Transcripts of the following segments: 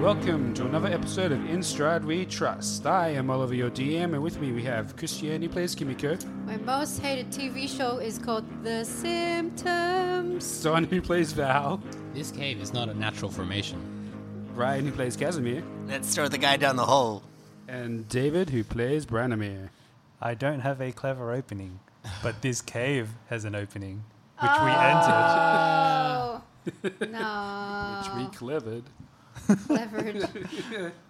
Welcome to another episode of In Stride We Trust. I am Oliver, your DM, and with me we have Christiane, who plays Kimiko, My most hated TV show is called The Symptoms. Son, who plays Val, This cave is not a natural formation. Ryan, who plays Casimir, Let's throw the guy down the hole. and David, who plays Branimir. I don't have a clever opening, but this cave has an opening, which we entered. Oh, no. Which we clevered. Clevered.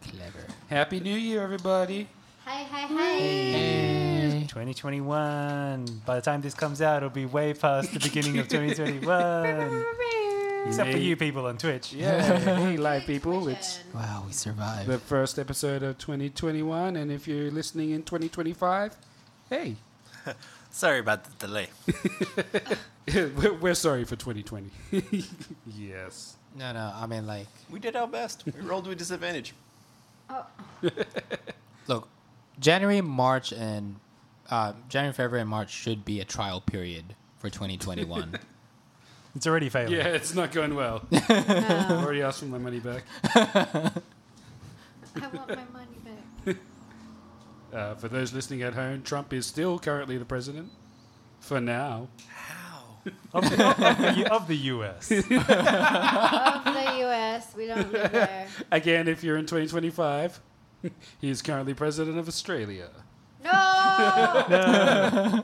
Clever. Happy New Year, everybody! Hi, hi, hi. 2021. By the time this comes out, it'll be way past the beginning of 2021. Except for May- you people on Twitch. Yeah, hey, live people, it's Wow, we survived. the first episode of 2021, and if you're listening in 2025, hey, Sorry about the delay. we're, we're sorry for 2020. yes. no, no, I mean, like, We did our best. We rolled with disadvantage. look, January, March, and uh, January, February, and March should be a trial period for 2021. It's already failing. Yeah, it's not going well. Already asked for my money back. I want my money back. Uh, for those listening at home, Trump is still currently the president. For now, Of, the, of the US. Of the US, we don't live there. again, if you're in 2025, he is currently president of Australia. No!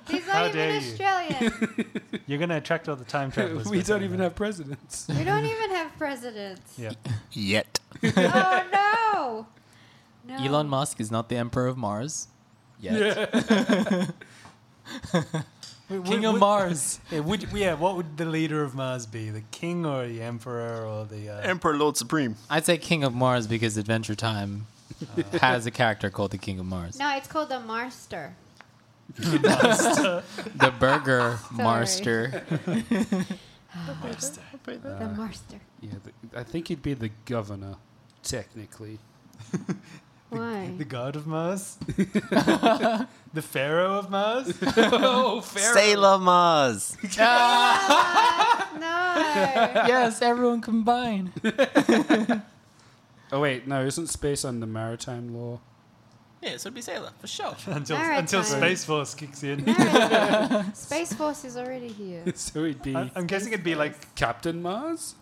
He's not How even dare you. Australian. You're going to attract all the time travelers. we with don't saying even that. have presidents. We don't even have presidents. Yeah. Yet. Oh, no. No. Elon Musk is not the emperor of Mars. Yet. King of Mars. Yeah, would, yeah, what would the leader of Mars be? The king or the emperor or the. Uh, Emperor Lord Supreme. I'd say King of Mars because Adventure Time uh, has a character called the King of Mars. No, it's called the Marster. The burger marster. The Marster. Uh, Yeah, th- I think he'd be the governor, technically. Why? the god of Mars? the pharaoh of Mars? Oh, Sailor Mars. No. yes, everyone combined. Oh wait, no, isn't space under maritime law? Yeah, so it'd be Sailor, for sure. Until, Maritime. until Space Force kicks in. Space Force is already here. So he'd be I'm, I'm guessing it'd be like Captain Mars,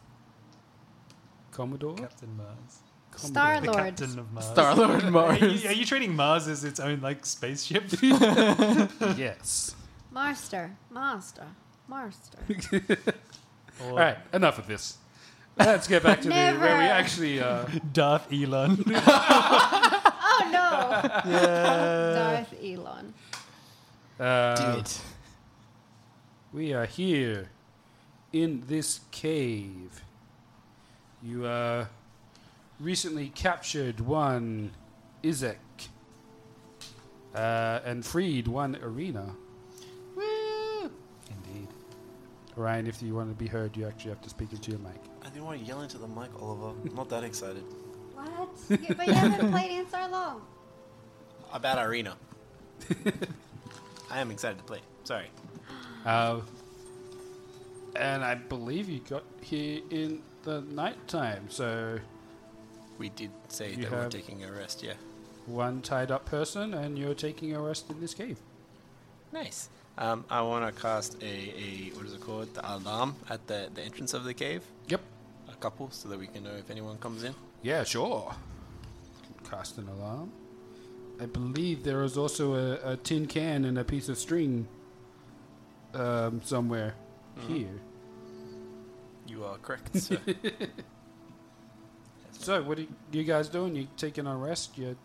Commodore, Captain Mars. Star The Lord. Captain of Mars. Star Lord Are Mars. you, are you treating Mars as its own like spaceship? yes. Master, master, master. All right, enough of this. Let's get back to the, where we Never. actually. Uh, Darth Elon. Oh no! Darth Elon. uh, Dude. We are here in this cave. You uh, recently captured one Izek. Uh, uh, and freed one arena. Indeed. Ryan, if you want to be heard, you actually have to speak into your mic. I didn't want to yell into the mic, Oliver. I'm not that excited. What? Yeah, but you haven't played Ansar long. About Arena. I am excited to play. Sorry. Uh, and I believe you got here in the nighttime, so We did say You that we're have- taking a rest, yeah. one tied up person, and you're taking a rest in this cave. Nice. Um, I want to cast a, a, what is it called? The alarm at the, the entrance of the cave. Yep. A couple, so that we can know if anyone comes in. Yeah, sure. Cast an alarm. I believe there is also a, a tin can and a piece of string um, somewhere Mm-hmm. here. Mm. You are correct, sir. So, what are you guys doing? You taking a rest? You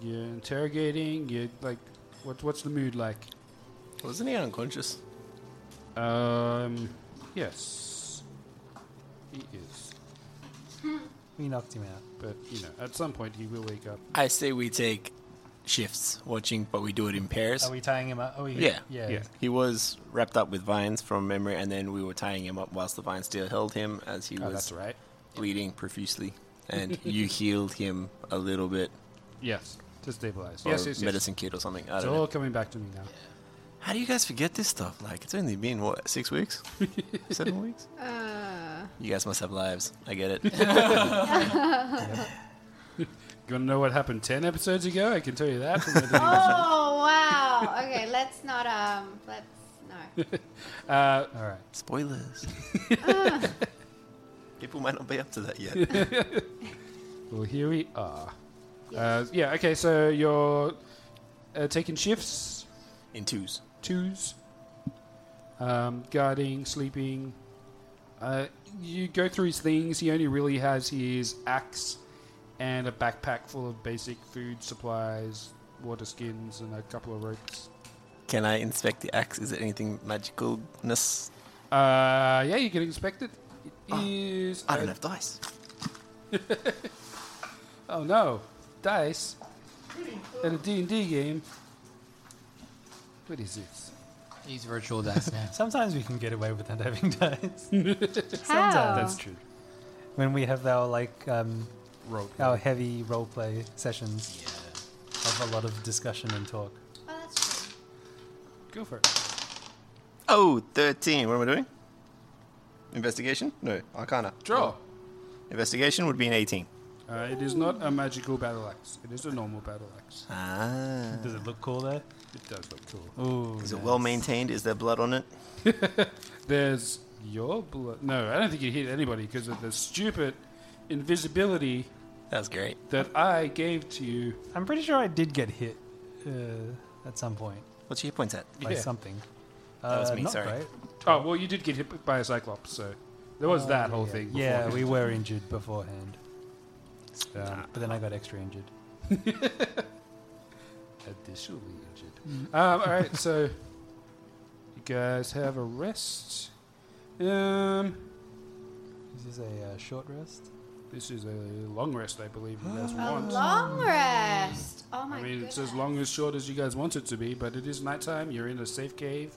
you're interrogating. You like, what what's the mood like? Wasn't he unconscious? Um, yes, he is. We knocked him out. But you know, at some point he will wake up. I say we take shifts watching, but we do it in pairs. Are we tying him up? Oh, he, Yeah. yeah. Yeah. He was wrapped up with vines from memory, and then we were tying him up whilst the vines still held him as he Oh, was that's right. bleeding profusely. And you healed him a little bit, Yes, to stabilize. or Yes, yes, yes. medicine kit or something. I It's don't all know. coming back to me now. How do you guys forget this stuff? Like, it's only been what six weeks, seven weeks. Uh. You guys must have lives. I get it. You want to know what happened ten episodes ago? I can tell you that. from the beginning. Oh wow. Okay, let's not um let's no. Uh, All right. Spoilers. People might not be up to that yet. well, here we are. Uh, yeah. Okay. So you're uh, taking shifts. In twos. twos, um, guarding, sleeping. Uh, you go through his things. He only really has his axe and a backpack full of basic food supplies, water skins, and a couple of ropes. Can I inspect the axe? Is it anything magicalness? Uh, yeah, you can expect it. It is Ah, I don't a- have dice. Oh no, dice at a D and D game. What is this? These virtual dice now. Sometimes we can get away without having dice. How? That's true. When we have our like um, Rope. our heavy role play sessions of a lot of discussion and talk. Oh, that's true. Go for it. Oh, 13. What am I doing? Investigation? No, Arcana. Draw. Investigation would be an 18. Uh, it is not a magical battle axe. It is a normal battle axe. Ah. Uh, Does it look cool though? It does look cool. Ooh, Is it well maintained? Is there blood on it? There's your blood. No, I don't think you hit anybody because of the stupid invisibility That's great. that I gave to you. I'm pretty sure I did get hit uh, at some point What's your hit points at? by Yeah. something. That was Uh, me, not sorry. great. Oh, Oh, well, you did get hit by a cyclops, so there was that whole thing. before. Yeah, we were injured beforehand, um, but then I got extra injured. Additionally injured. Um, all right, so you guys have a rest. Um, Is this a uh, short rest? this is a long rest, I believe, you guys A want. long rest. Oh my I mean, goodness. it's as long as short as you guys want it to be, but it is nighttime. You're in a safe cave.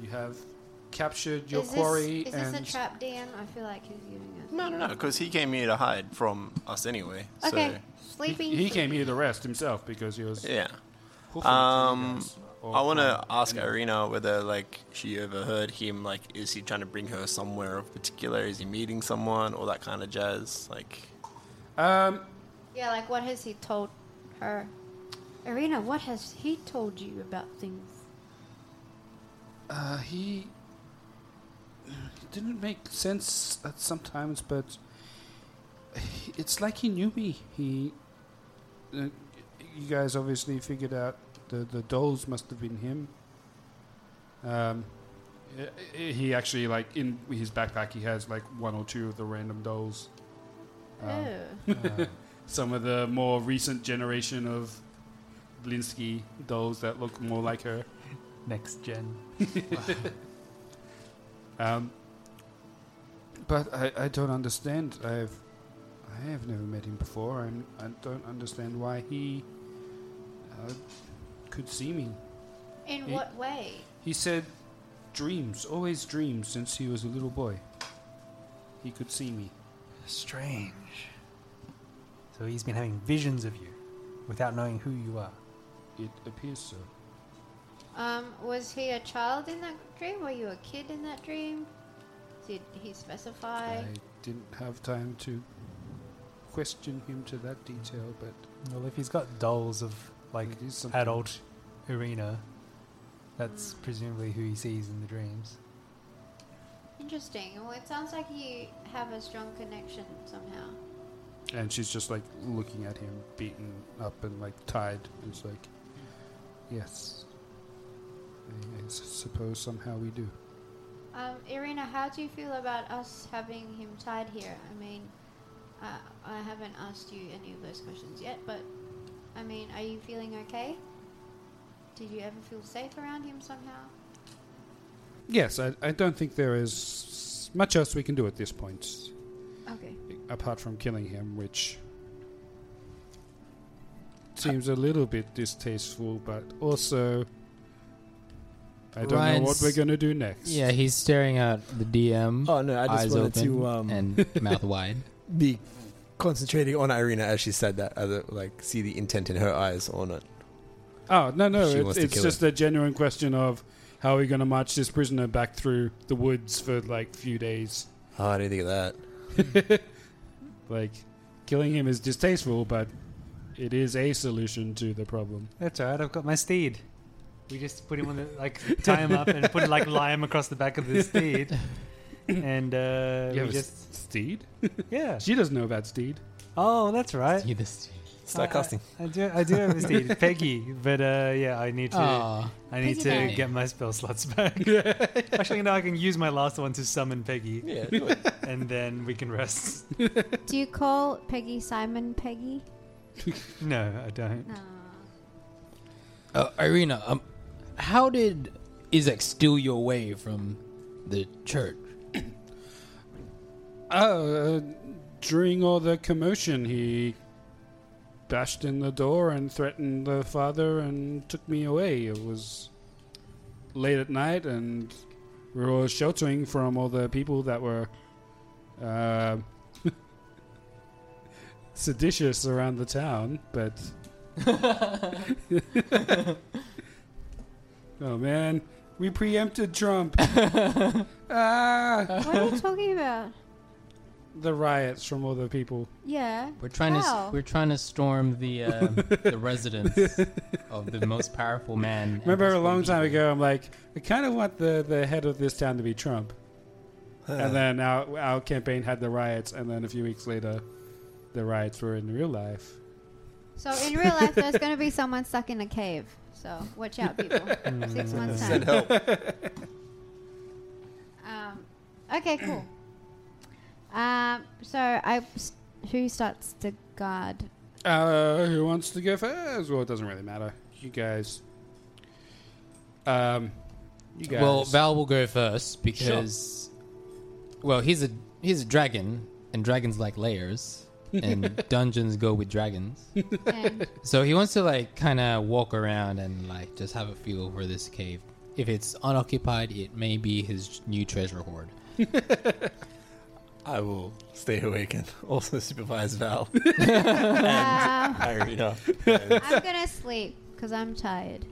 You have captured your is quarry This, is and this a trap, Dan? I feel like he's giving us. No, no, no, because he came here to hide from us anyway. Okay, He- sleeping. He came here to rest himself because he was. So, yeah. hoofing it to you Um, guys, Oh, or I want to from ask anyone. Irina whether, like, she overheard him. Like, is he trying to bring her somewhere of particular? Is he meeting someone? All that kind of jazz. Like, Um, Yeah, like what has he told her? Irina, what has he told you about things? uh, he it didn't make sense at sometimes, but he- it's like he knew me. He, uh, you guys obviously figured out the the dolls must have been him. Um. i- i- He actually like in his backpack. He has like one or two of the random dolls. Um, uh, Oh. some of the more recent generation of Blinsky dolls that look more like her. Next gen. Um, but I, I don't understand. I've I have never met him before. I'm, I don't understand why he uh, could see me. In He- what way? He said, dreams, always dreams since he was a little boy. He could see me. Strange. So he's been having visions of you without knowing who you are. It appears so. Um, was he a child in that dream? Were you a kid in that dream? Did he specify? I didn't have time to question him to that detail, but Well, if he's got dolls of like It is something. adult arena, that's presumably who he sees in the dreams. Interesting. Well, it sounds like you have a strong connection somehow. and she's just like looking at him, beaten up and like tied. and It's like, yes, I, I s- suppose somehow we do. Um, Irina, how do you feel about us having him tied here? I mean, uh, I haven't asked you any of those questions yet, but I mean, are you feeling okay? Did you ever feel safe around him somehow? Yes, I, I don't think there is much else we can do at this point, Okay. apart from killing him, which seems a little bit distasteful, but also. I don't know what Ryan's- we're going to do next. Yeah, he's staring at the DM. Oh, no, I just eyes wanted open to, um, and mouth wide. Be concentrating on Irina as she said that, as it, like see the intent in her eyes on it. Oh no, no, She it's, wants to it's kill just a genuine question of how are we going to march this prisoner back through the woods for like few days. Oh, I didn't think of that. Like, killing him is distasteful, but it is a solution to the problem. That's alright. I've got my steed. We just put him on the like tie him up and put like lime across the back of the steed, and uh, You have we a just s- steed? yeah. She doesn't know about steed. Oh, that's right. He just- Start I- casting. I, I do. I do have a steed, Peggy. But uh, yeah, I need to. Aw. I need Peggy to back. get my spell slots back. Actually, no, I can use my last one to summon Peggy, Yeah, do it. and then we can rest. Do you call Peggy Simon Peggy? No, I don't. No. Uh, Irina, um, how did Isaac steal you away from the church? Oh, uh, during all the commotion, he bashed in the door and threatened the father and took me away. It was late at night, and we were all sheltering from all the people that were uh, seditious around the town. But oh man, we preempted Trump. ah, What are you talking about? the riots from all the people. Yeah. We're trying to How? s- we're trying to storm the uh, the residence of the most powerful man. Remember ever a long spoken. time ago, I'm like, I kind of want the, the head of this town to be Trump. and then our, our campaign had the riots, and then a few weeks later, the riots were in real life. So in real life, there's going to be someone stuck in a cave. So watch out, people. Six months time. Mm. Send help. Um, okay, cool. um, so I, s- who starts the guard? Uh, who wants to go first? Well, it doesn't really matter. You guys. Um, you guys. Well, Val will go first because, well, he's a he's a dragon, and dragons like layers, and dungeons go with dragons. And So he wants to like kind of walk around and like just have a feel for this cave. If it's unoccupied, it may be his new treasure hoard. I will stay awake and also supervise Val. um, Irina. I'm gonna sleep because I'm tired.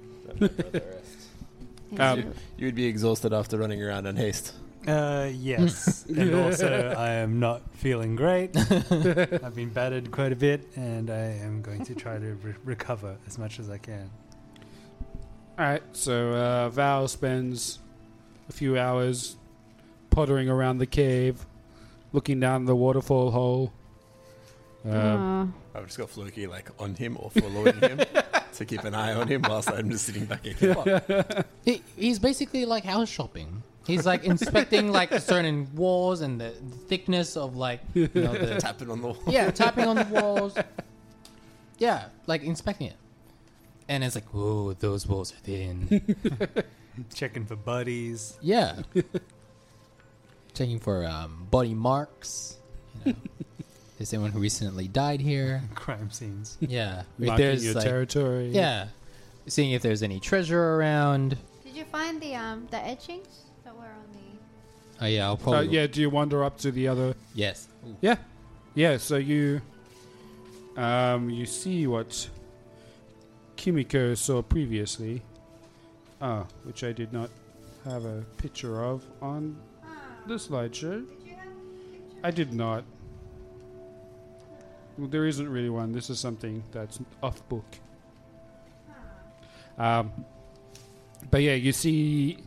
And Um, you would be exhausted after running around in haste. Uh, yes, and also I am not feeling great. I've been battered quite a bit, and I am going to try to re- recover as much as I can. Alright, so uh, Val spends a few hours pottering around the cave, looking down the waterfall hole. so- Um, I've just got Floki like on him or following him to keep an eye on him whilst I'm just sitting back in here. He, he's basically like house shopping. He's like inspecting like certain walls and the, the thickness of like you know the Tapping on the wall. yeah tapping on the walls. Yeah, like inspecting it, and it's like whoa, those walls are thin. Checking for buddies. Yeah, checking for um, body marks. You know, is anyone who recently died here? Crime scenes. Yeah, marking there's your like territory. yeah, seeing if there's any treasure around. Did you find the um the etchings that were on the? Oh yeah, I'll Uh, probably yeah, do you wander up to the other? yes. Ooh. Yeah, yeah. So you, um, you see what Kimiko saw previously, ah, which I did not have a picture of on the slideshow. Ah. Did you have a picture? I did not. Well, there isn't really one. This is something that's off book. Ah. Um, but yeah, you see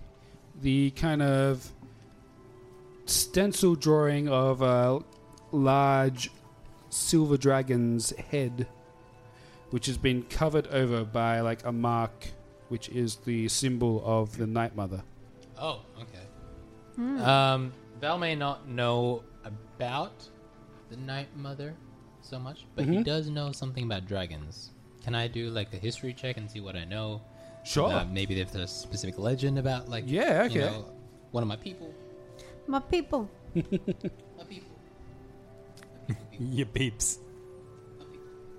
the kind of stencil drawing of a large silver dragon's head, which has been covered over by like a mark, which is the symbol of the Night Mother. Oh, okay. Hmm. Um, Val may not know about the Night Mother so much, but Mm-hmm. he does know something about dragons. Can I do like a history check and see what I know? Sure. Uh, maybe if there's a specific legend about like Yeah, okay. you know, one of my people. My people. My people. You peeps.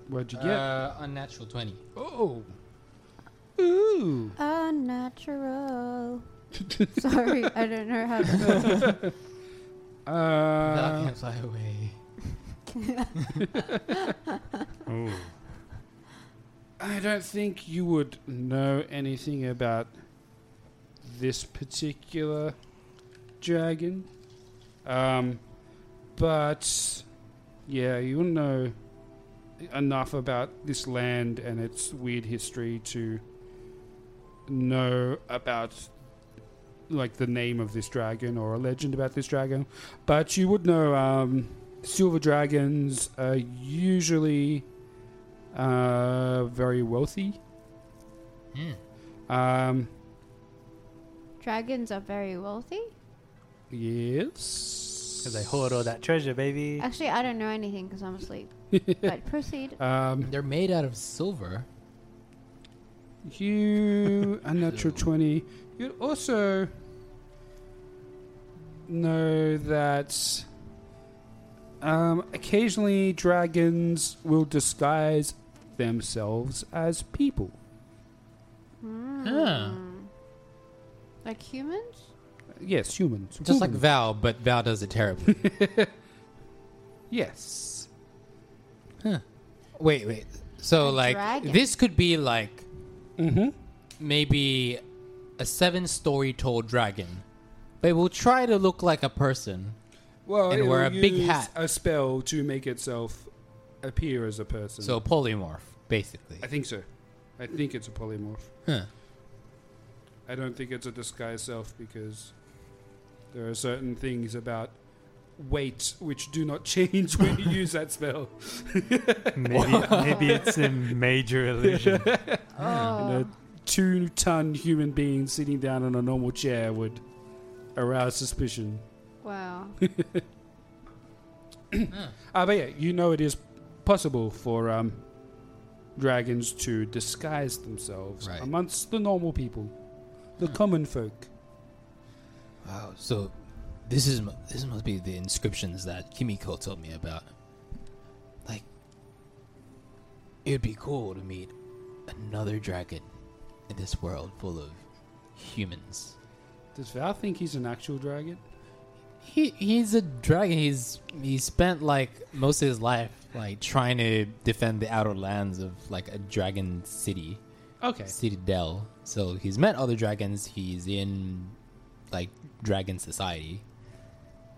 What'd you get? Uh, unnatural twenty. oh. Ooh. Unnatural. Sorry, I don't know how to. Val Uh, can fly away. Ooh. I don't think you would know anything about this particular dragon. Um, but yeah, you'll know enough about this land and its weird history to know about like the name of this dragon or a legend about this dragon. But you would know um, silver dragons are usually uh, very wealthy. Hmm. Um, Dragons are very wealthy. yes. Because they hoard all that treasure, baby. Actually, I don't know anything because I'm asleep. but proceed. Um, They're made out of silver. you a natural twenty. You'd also know that um, occasionally dragons will disguise themselves as people. Huh. Hmm. Like humans? Yes, humans. Just like Humans. Val, but Val does it terribly. yes. Wait, wait. So A like dragon. this could be like Mm-hmm. maybe a seven-story tall dragon. But it will try to look like a person. Well, And it'll wear a big use hat. A spell to make itself appear as a person. So a polymorph, basically. I think so. I think it's a polymorph. Huh. I don't think it's a disguise self because there are certain things about weight which do not change when you use that spell. Maybe, maybe it's a major illusion. A two ton human being sitting down on a normal chair would arouse suspicion. Wow. Ah, but yeah, you know it is possible for um, dragons to disguise themselves Right. Hmm. amongst the normal people, the common folk. Wow. So this is mu- this must be the inscriptions that Kimiko told me about. Like it'd be cool to meet another dragon in this world full of humans. Does Val think he's an actual dragon? He he's a dragon. He's he spent like most of his life like trying to defend the outer lands of like a dragon city, Okay. citadel. So he's met other dragons. He's in like dragon society.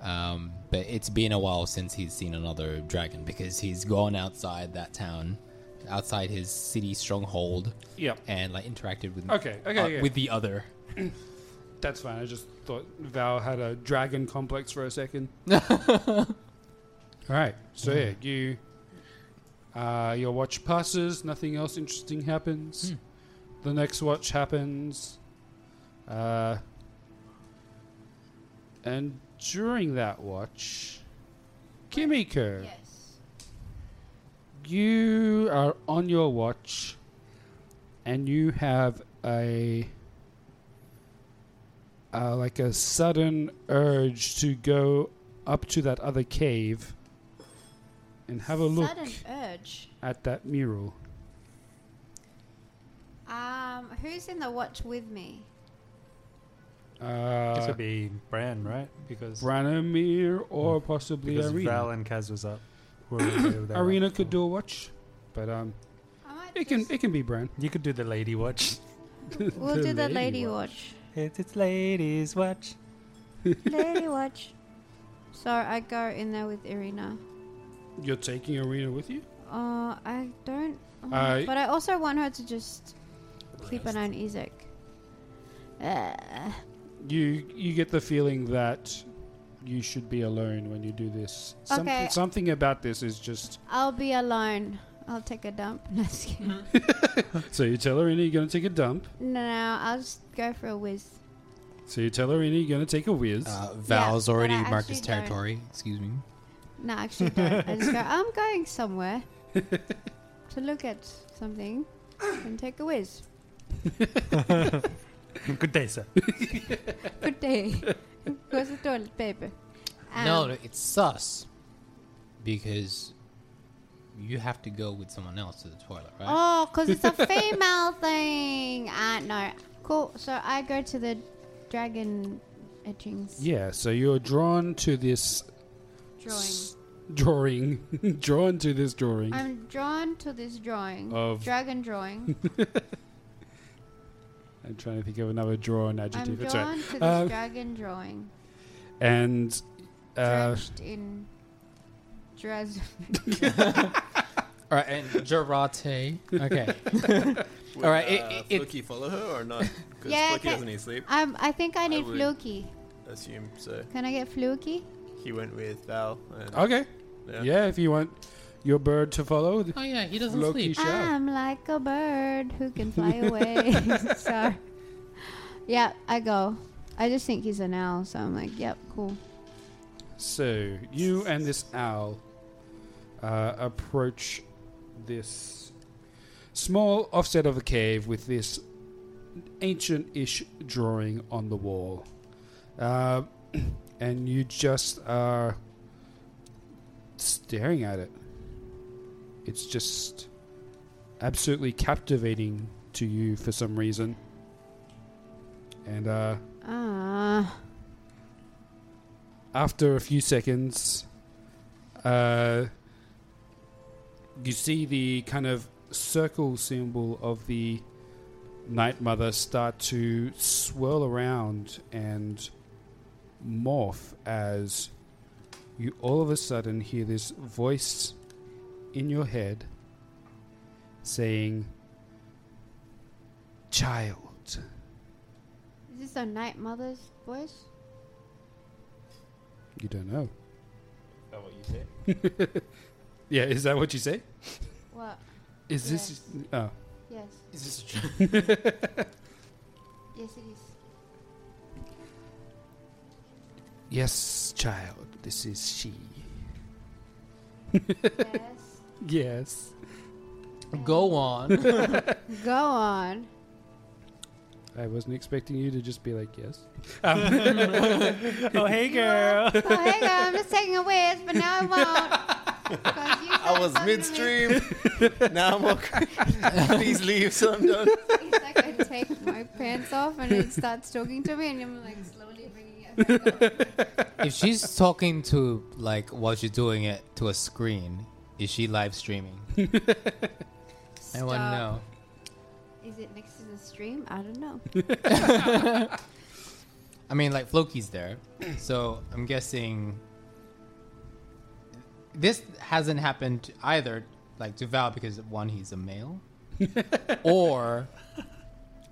Um, but it's been a while since he's seen another dragon because he's gone outside that town, outside his city stronghold, Yep. and like interacted with Okay, okay, uh, yeah. with the other. That's fine. I just thought Val had a dragon complex for a second. All right. So yeah, you uh, your watch passes. Nothing else interesting happens. The next watch happens, uh, and during that watch, Kimiko, yes. you are on your watch, and you have a uh, like a sudden urge to go up to that other cave and have a look Sudden urge. at that mural. Um, who's in the watch with me? this Uh, would be Bran, right? Because Branimir or possibly because Arena. Val and Kaz was up. Who were they- they were Arena up could for. do a watch, but um, I might it can just- it can be Bran. You could do the lady watch. we'll do the lady watch. It's, it's ladies watch. lady watch. So I go in there with Irina. You're taking Arena with you. Uh, I don't. oh, Uh, but I also want her to just keep an eye on Isaac. Uh, You you get the feeling that you should be alone when you do this. Something Okay. something about this is just. I'll be alone. I'll take a dump. No, just kidding. So you tell Arena you're gonna take a dump. no, no, I'll just go for a whiz. So you tell Arena you're gonna take a whiz. Uh, Val's but I already marked actually his don't. territory. Excuse me. No, actually, don't. I just go. I'm going somewhere to look at something and take a whiz. Good day, sir. Good day. Where's the toilet paper? no, Um, no, it's sus because you have to go with someone else to the toilet, right? Oh, because it's a female thing. Ah, no. Cool. So I go to the dragon etchings yeah. So you're drawn to this drawing. drawing, drawn to this drawing. I'm drawn to this drawing. Of- dragon drawing. I'm trying to think of another drawn I'm adjective. That's right. drawn to this Uh, dragon drawing. And uh, Drenched in dress. All right, and Gerate. Okay. All right, it- Uh, it- it- Fluky follow her or not? Because Yeah, I Fluky ca- doesn't need sleep. Um, I think I need would- Fluky. Assume so. Can I get Fluky? He went with Val. And okay, yeah. yeah. If you want your bird to follow, oh yeah, he doesn't Loki sleep. Sure. I'm like a bird who can fly away. so, yeah, I go. I just think he's an owl, so I'm like, yep, cool. So you and this owl uh, approach this small offset of a cave with this ancient-ish drawing on the wall, uh, and you just are staring at it. It's just absolutely captivating to you for some reason, and uh, Ah, after a few seconds, uh, you see the kind of circle symbol of the Night Mother start to swirl around and morph as you all of a sudden hear this voice in your head saying, Child. is this a night mother's voice? You don't know. Yeah, is that what you say? What? Is this. Oh. Yes, Is this a joke? yes, it is. Yes, child, this is she. Yes. Yes. Go on. Go on. I wasn't expecting you to just be like, yes. Um, oh hey, girl. Oh, hey, girl, I'm just taking a whiz, but now I won't. 'Cause you I said was something to me. midstream. now I'm all Please leave, so I'm done. It's like I take my pants off and it starts talking to me, and I'm like slowly bringing it back up. if she's talking to like while she's doing it to a screen, is she live streaming? I want to Stop. know. Is it next to the stream? I don't know. I mean, like Floki's there, so I'm guessing this hasn't happened either, like to Val because one, he's a male, or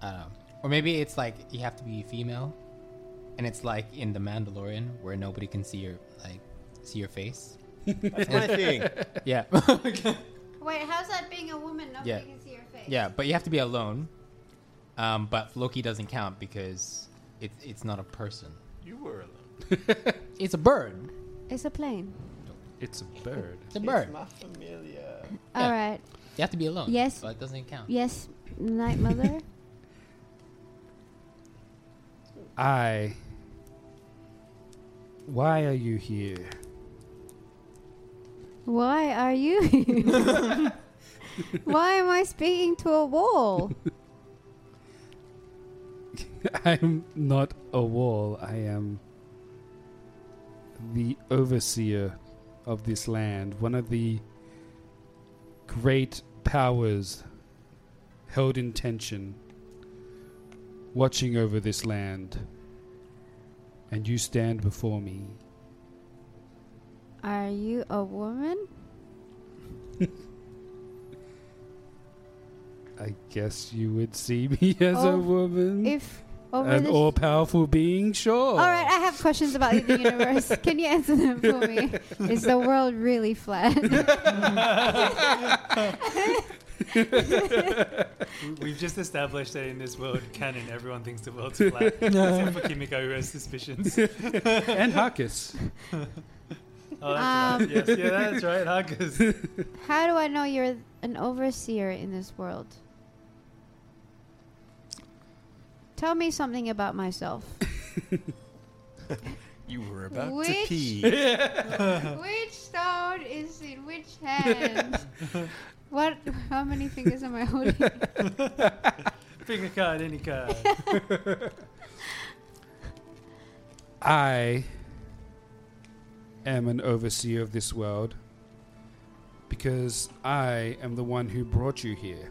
I don't know, or maybe it's like you have to be female, and it's like in The Mandalorian where nobody can see your like see your face. That's my thing. Yeah, Wait, how's that being a woman? Nobody Yeah. can see your face. yeah, but you have to be alone. Um, but Floki doesn't count because it, it's not a person. You were alone. It's a bird. It's a plane. It's a bird. It's a bird. My familiar. All Yeah. right. You have to be alone. Yes. but it doesn't count. Yes, Night Mother. I. Why are you here? Why are you? Why am I speaking to a wall? I'm not a wall. I am the overseer of this land, one of the great powers held in tension, watching over this land. And you stand before me. Are you a woman? I guess you would see me as a Oh, woman. If over An this- all powerful being, sure. All right, I have questions about the universe. Can you answer them for me? Is the world really flat? We've just established that in this world canon, everyone thinks the world's flat, except for Kimiko, who has suspicions. and Harkus. Oh, that's Um, right. Yes, yeah, that's right. Huggers. How do I know you're an overseer in this world? Tell me something about myself. You were about to Which- pee. which stone is in which hand? what? How many fingers am I holding? Pick a card, any card. I am an overseer of this world because I am the one who brought you here.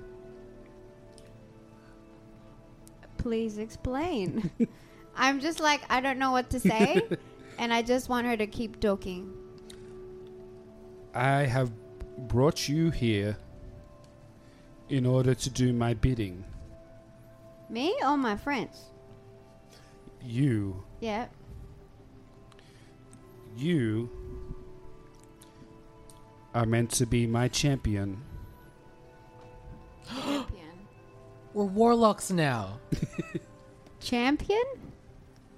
Please explain. I'm just like I don't know what to say, and I just want her to keep talking. I have brought you here in order to do my bidding. Me or my friends? You, Yeah. you are meant to be my champion. Champion. We're warlocks now. Champion?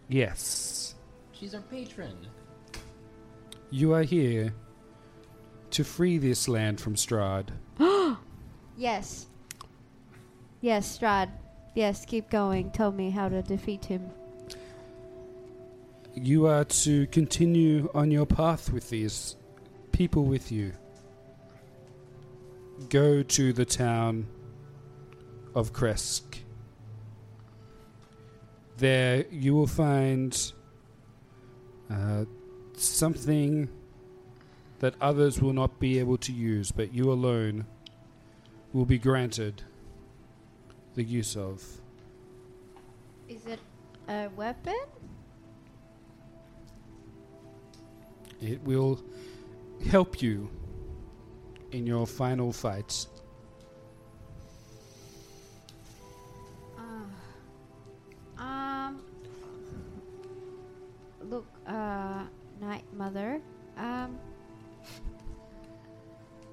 Yes. She's our patron. You are here to free this land from Strahd. Yes. Yes, Strad. Yes, keep going. Tell me how to defeat him. You are to continue on your path with these people with you. Go to the town of Kresk. There you will find uh, something that others will not be able to use, but you alone will be granted the use of. Is it a weapon? It will help you in your final fights. Um. Look, uh, Night Mother. Um.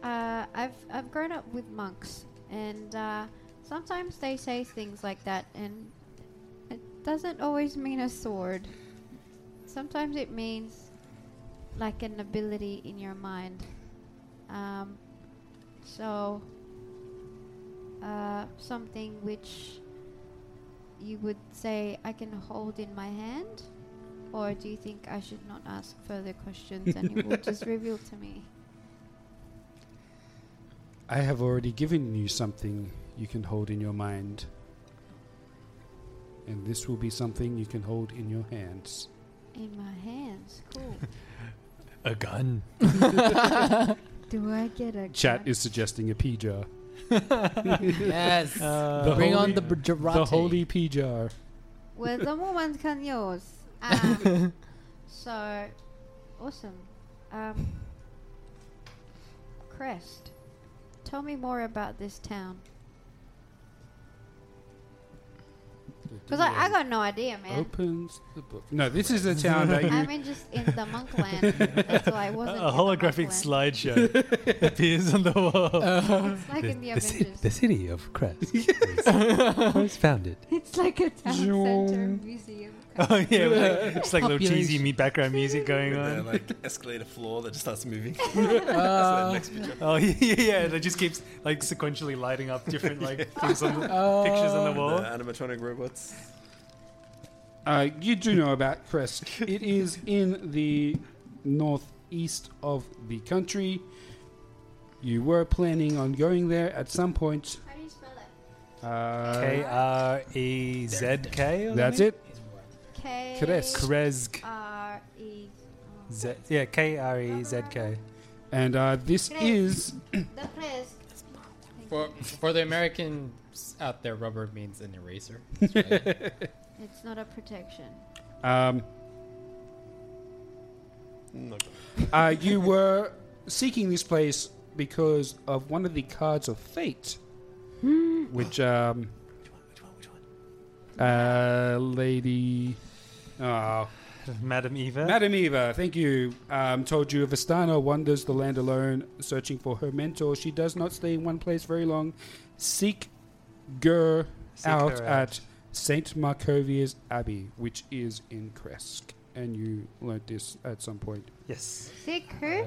Uh, I've I've grown up with monks, and uh, sometimes they say things like that, and it doesn't always mean a sword. Sometimes it means like an ability in your mind. Um, so, uh, something which you would say I can hold in my hand? Or do you think I should not ask further questions and it will just reveal to me? I have already given you something you can hold in your mind. And this will be something you can hold in your hands. In my hands. Cool. A gun. do I get a Chat gun? is suggesting a pea jar. Yes. The Bring on holy- the b- The holy pea jar. Well, the woman can use. Um, so, awesome. Um, Crest, tell me more about this town. Because I, I got no idea, man. Opens the book. No, this is the town that you. I'm in just in the monk land. That's why I wasn't. A in the monk holographic land. slideshow appears on the wall. Um, It's like in the the, ci- Avengers. the city of Crest was, was founded. It's like a town center museum. Oh yeah, like, it's like little cheesy Population. me background music going The, on. like escalator floor that just starts moving. That's the next picture. Oh yeah, yeah, yeah. and It just keeps like sequentially lighting up different like things on the, pictures on the Oh. The wall. animatronic robots. Uh, you do know about Crest. it is in the northeast of the country. You were planning on going there at some point. How do you spell it? Uh, K R E Z K. that's it. K Kresk. Krezk. R E. Z- yeah, K R E Z K. And uh, this Kresk. is The Kresk. For, for the Americans out there, rubber means an eraser. That's right. It's not a protection. Um, uh, you were seeking this place because of one of the cards of fate, which um, uh, lady, oh, Madam Eva. Madam Eva, thank you. Um, told you Vistana wanders the land alone, searching for her mentor. She does not stay in one place very long. Seek Gur Seek out her at Saint Markovia's Abbey, which is in Kresk, and you learnt this at some point. yes. Sick who?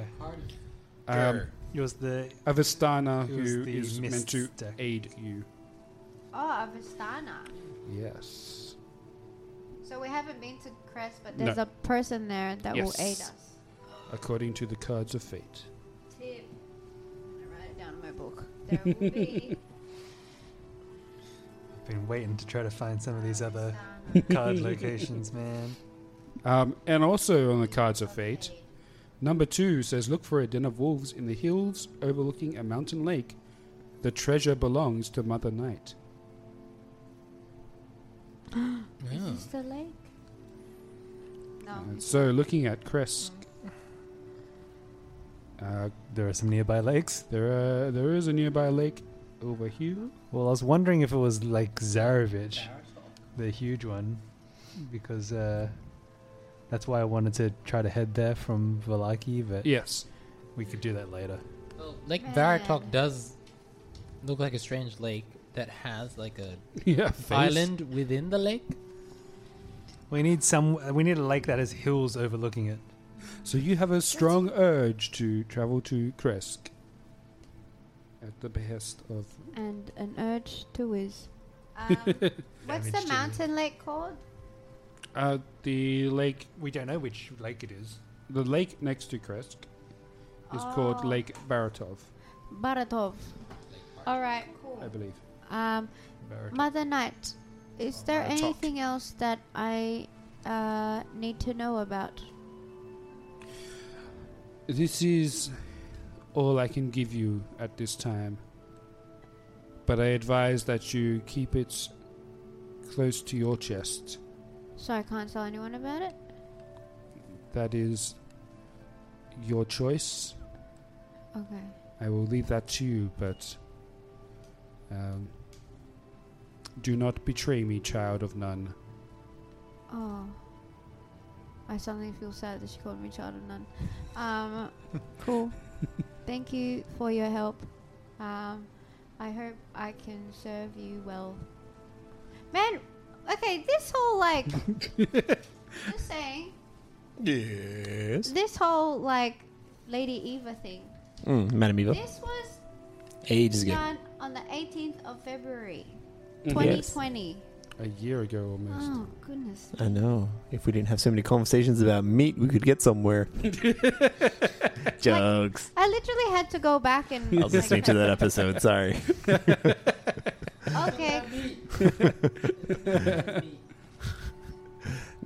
Um, It was the Avistana, It was who the is meant mist to deck. aid you. Oh, Avistana. Yes. So we haven't been to Kresk, but No. there's a person there that will aid Yes. us. According to the cards of fate. Tip. I'm gonna write it down in my book. There will be. I've been waiting to try to find some of these other Avistana. card locations, man. Um, and also on the cards of fate, number two says look for a den of wolves in the hills overlooking a mountain lake. The treasure belongs to Mother Night. Is Yeah. this the lake? No. And so looking at Kresk, uh, There are some nearby lakes. there are, Uh, there is a nearby lake over here. Well, I was wondering if it was like Zarevich, the huge one, because uh, that's why I wanted to try to head there from Valaki, but Yes. we could do that later. Well, Lake Man. Varatok does look like a strange lake that has like a Yeah. face. island within the lake. We need some. We need a lake that has hills overlooking it. So you have a strong urge to travel to Kresk at the behest of. And an urge to whiz. Um, what's the Damage to- mountain lake called? Uh, the lake, We don't know which lake it is. the lake next to Kresk, is called Oh. Lake Baratov, Baratov. All right, cool. I believe. Um, Mother Night, is there Baratov. anything else that I uh, need to know about? This is all I can give you at this time. But I advise that you keep it close to your chest. So I can't tell anyone about it. That is your choice. Okay. I will leave that to you, but um, do not betray me, child of none. Oh. I suddenly feel sad that she called me child of none. Um, cool. Thank you for your help. Um, I hope I can serve you well. Man, okay, this whole like. just saying. Yes. This whole like Lady Eva thing. Mm, Madam Eva. This was Ages ago. done on the 18th of February, Yes. 2020. A year ago, almost. Oh, goodness. I know. If we didn't have so many conversations about meat, we could get somewhere. Jokes. I literally had to go back and. I was listening to that episode. Sorry. Okay.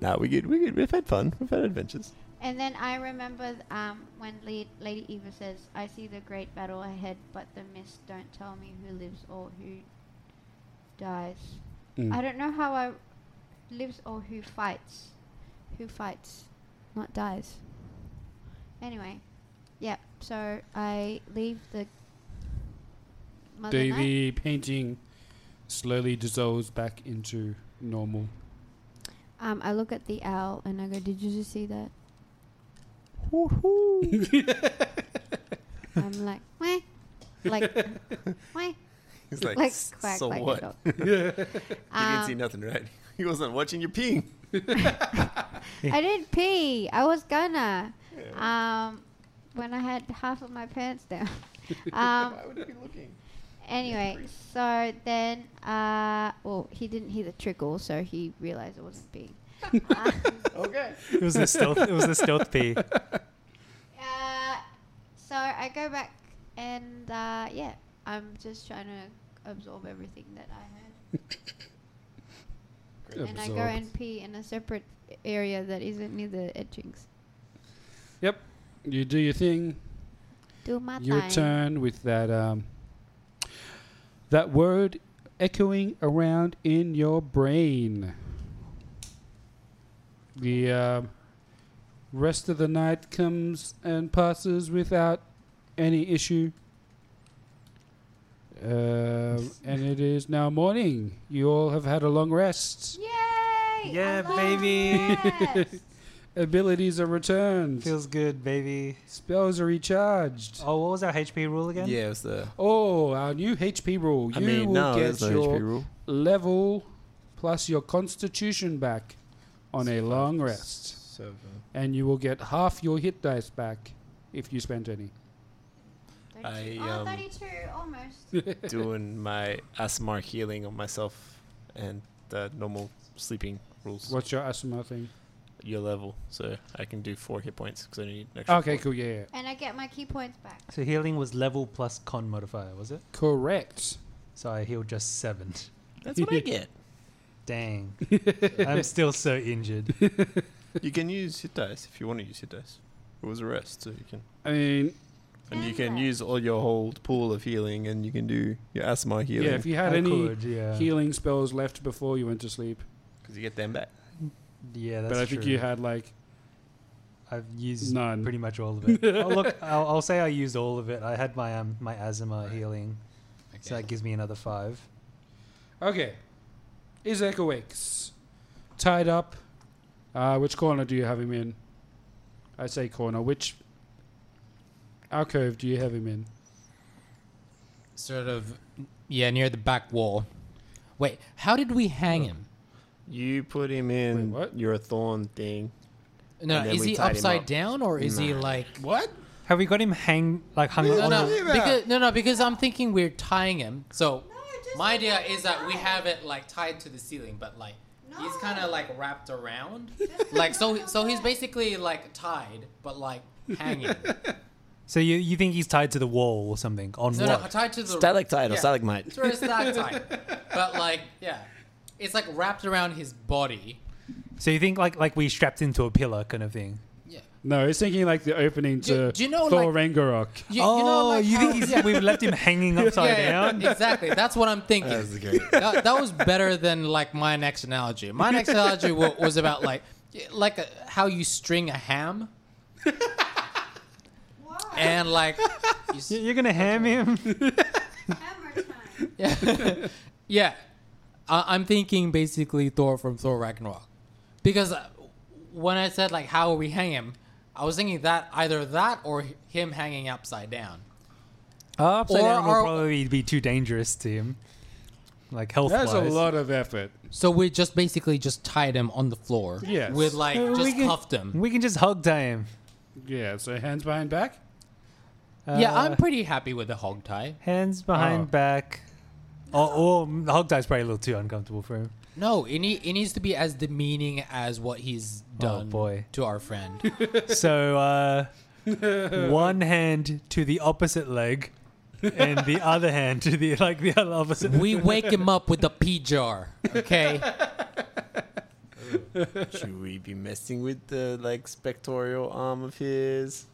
Nah, we good. We good. We've had fun. We've had adventures. And then I remember um, when Le- Lady Eva says, I see the great battle ahead, but the mist don't tell me who lives or who dies. Mm. I don't know how I lives or who fights. Who fights, not dies. Anyway, yep. So I leave the mother The, night. the painting slowly dissolves back into normal. Um, I look at the owl and I go, "Did you just see that?" I'm like, "Wah," like, "Wah," He's like, like "S- quack so like what? a dog. He didn't Um, see nothing, right? He wasn't watching your peeing. I didn't pee. I was gonna. Um, when I had half of my pants down. Um, Why would he be looking? anyway, so then, uh, well, he didn't hear the trickle, so he realized it wasn't Um, peeing. Okay. It was the stealth. it was the stealth pea. Uh, so I go back and uh, yeah, I'm just trying to absorb everything that I Great. had. and I go Absorbed. and pee in a separate area that isn't near the etchings. Yep. You do your thing. Do my You thing. Oh, return with that um, that word echoing around in your brain. The um rest of the night comes and passes without any issue. Um and it is now morning. You all have had a long rest. Yay! Yeah, I baby. love rest. Abilities are returned. Feels good, baby. Spells are recharged. Oh, what was our HP rule again? Yeah, it was the. Oh, our new HP rule. You I mean, will no, get there's no your HP rule. level plus your constitution back on a long rest. So uh, And you will get half your hit dice back if you spent any. 32. I, oh, um, 32, almost. Doing my asmr healing on myself and the normal sleeping rules. What's your asthma thing? Your level, so I can do four hit points because I need an extra. Okay, point. cool. Yeah, yeah. and I get my key points back. So healing was level plus con modifier, was it? Correct. So I healed just seven. That's what I get. Dang. I'm still so injured. You can use hit dice if you want to use hit dice. It was a rest, so you can. I mean, And you And can that. use all your whole pool of healing, and you can do your asthma healing. yeah, if you had I any could, yeah. healing spells left before you went to sleep, Because you get them back. yeah, that's but I think true. you had like I've used None. pretty much all of it. oh, look, I'll, I'll say I used all of it. I had my um, my asthma healing, so that gives me another five. Okay. Isaac awakes. Tied up. Uh, which corner do you have him in? I say corner. Which alcove do you have him in? sort of yeah near the back wall. Wait, how did we hang him? You put him in Wait, what? your thorn thing. No, And then is we he tied him upside up. down or is he like what? Have we got him hang like hung No, on? no, the- because, no, no, because I'm thinking we're tying him. So just my like idea that is that we guy. have it like tied to the ceiling, but like he's No. kind of like wrapped around, like so. So he's basically like tied, but like hanging. So you you think he's tied to the wall or something? On No, no, what? tied to the Stalactite or yeah. stalagmite. Sure, it's not tight. But like, yeah, it's like wrapped around his body. so you think like like we strapped into a pillar kind of thing? Yeah. No, he's thinking like the opening Do- to do you know, Thor like- Ragnarok. You, oh, you, know, like you how- think he's, we've left him hanging upside down? exactly. That's what I'm thinking. That's great. That, that was better than like my next analogy. My next analogy wa- was about like like a, how you string a ham Why? and like you, s- You- You're gonna ham him. Hammer time. yeah. I, I'm thinking basically Thor from Thor Ragnarok because uh, when I said like how we hang him, I was thinking that either that or h- him hanging upside down. upside Or down will are- probably be too dangerous to him, like health That's a wise. lot of effort. So we just basically just tied him on the floor. Yes. With like Uh, we just can- cuffed him. We can just hog tie him. Yeah, so hands behind back. yeah, Uh, I'm pretty happy with the hog tie. Hands behind Oh. back. Or, or mm, the hog tie's probably a little too uncomfortable for him. No, it, nee- it needs to be as demeaning as what he's done boy. to our friend. So uh, one hand to the opposite leg, and the other hand to the like the other opposite. we wake him up with a pee jar, okay? Should we be messing with the like spectral arm of his?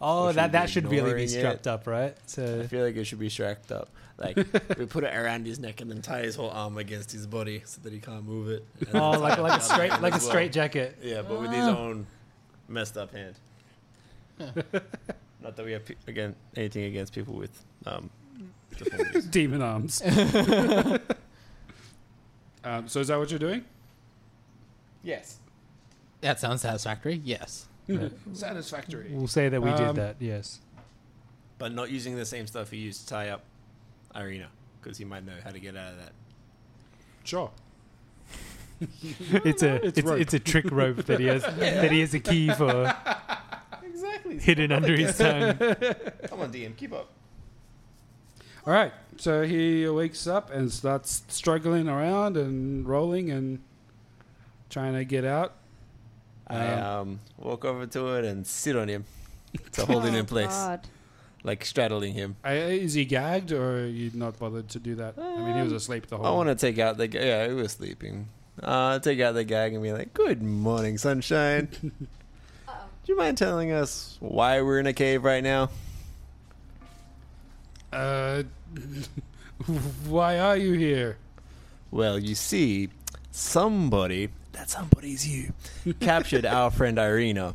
oh, Or that should that we should really ignoring be it? strapped up, right? I So feel like it should be strapped up. Like we put it around his neck and then tie his whole arm against his body so that he can't move it. And oh, then like tie like a his other straight hand like a as well. straight jacket. Yeah, but with his own messed up hand. Not that we have pe- again anything against people with um, deformities. Demon arms. um, so is that what you're doing? yes. That sounds satisfactory. Yes. Satisfactory. We'll say that we Um, did that. Yes. but not using the same stuff he used to tie up Irina because he might know how to get out of that. Sure. It's a it's, it's, rope. a trick rope that he has that he has a key for Exactly. hidden under his tongue. Come on, DM, keep up. All right. So he wakes up and starts struggling around and rolling and trying to get out. Um, uh, um, I um, walk over to it and sit on him to hold it in place. God. like straddling him. I, is he gagged or you not bothered to do that? I mean, he Um, was asleep the whole. I want to take out the g- yeah, he was sleeping. Uh, take out the gag and be like, "Good morning, sunshine. Do you mind telling us why we're in a cave right now? Uh, why are you here? Well, you see, somebody that somebody's you captured our friend Irina,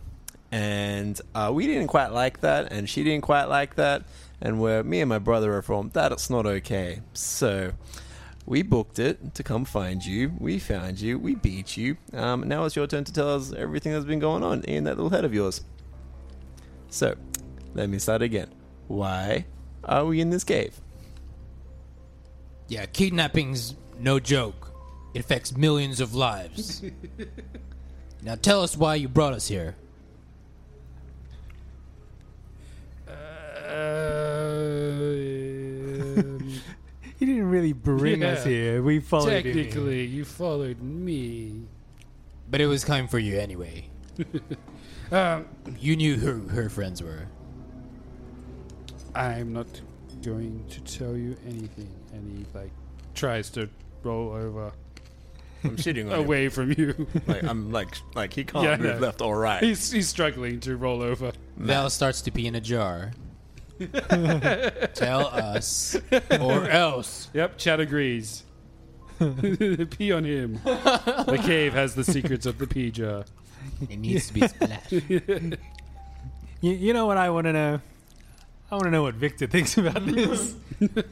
and uh, we didn't quite like that, and she didn't quite like that, and where me and my brother are from, that's not okay. So. We booked it to come find you. We found you. We beat you. Um, now it's your turn to tell us everything that's been going on in that little head of yours. So, let me start again. Why are we in this cave? Yeah, kidnapping's no joke. It affects millions of lives. now tell us why you brought us here. Uh, Um, He didn't really bring us Yeah. here. We followed him. technically, you followed me. But it was coming for you anyway. Um, You knew who her friends were. I'm not going to tell you anything. And he like tries to roll over I'm shitting on away from you. Like I'm like like he can't Yeah, I move know. left or right. he's he's struggling to roll over. Val starts to pee in a jar. tell us, or else. Yep, Chad agrees. pee on him. the cave has the secrets of the pee uh, jar. It needs to be splashed. You, you know what I want to know? I want to know what Victor thinks about this. Oh, yeah,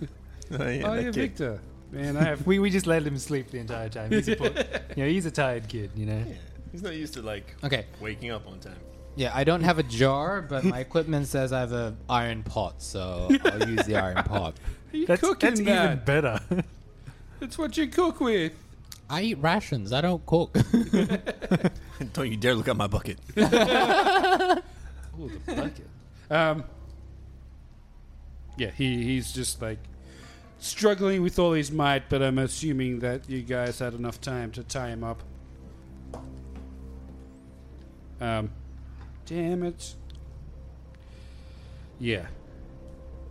Oh, yeah, that kid. Victor. Man, I have. we, we just let him sleep the entire time. He's a, poor, you know, he's a tired kid, you know? He's not used to like Okay. waking up on time. Yeah, I don't have a jar, but my equipment says I have an iron pot, so I'll use the iron pot. Are you That's, cooking that's that? even better. It's what you cook with. I eat rations. I don't cook. Don't you dare look at my bucket. Oh, the bucket. um, yeah, he, he's just like struggling with all his might, but I'm assuming that you guys had enough time to tie him up. Um, damn it. Yeah.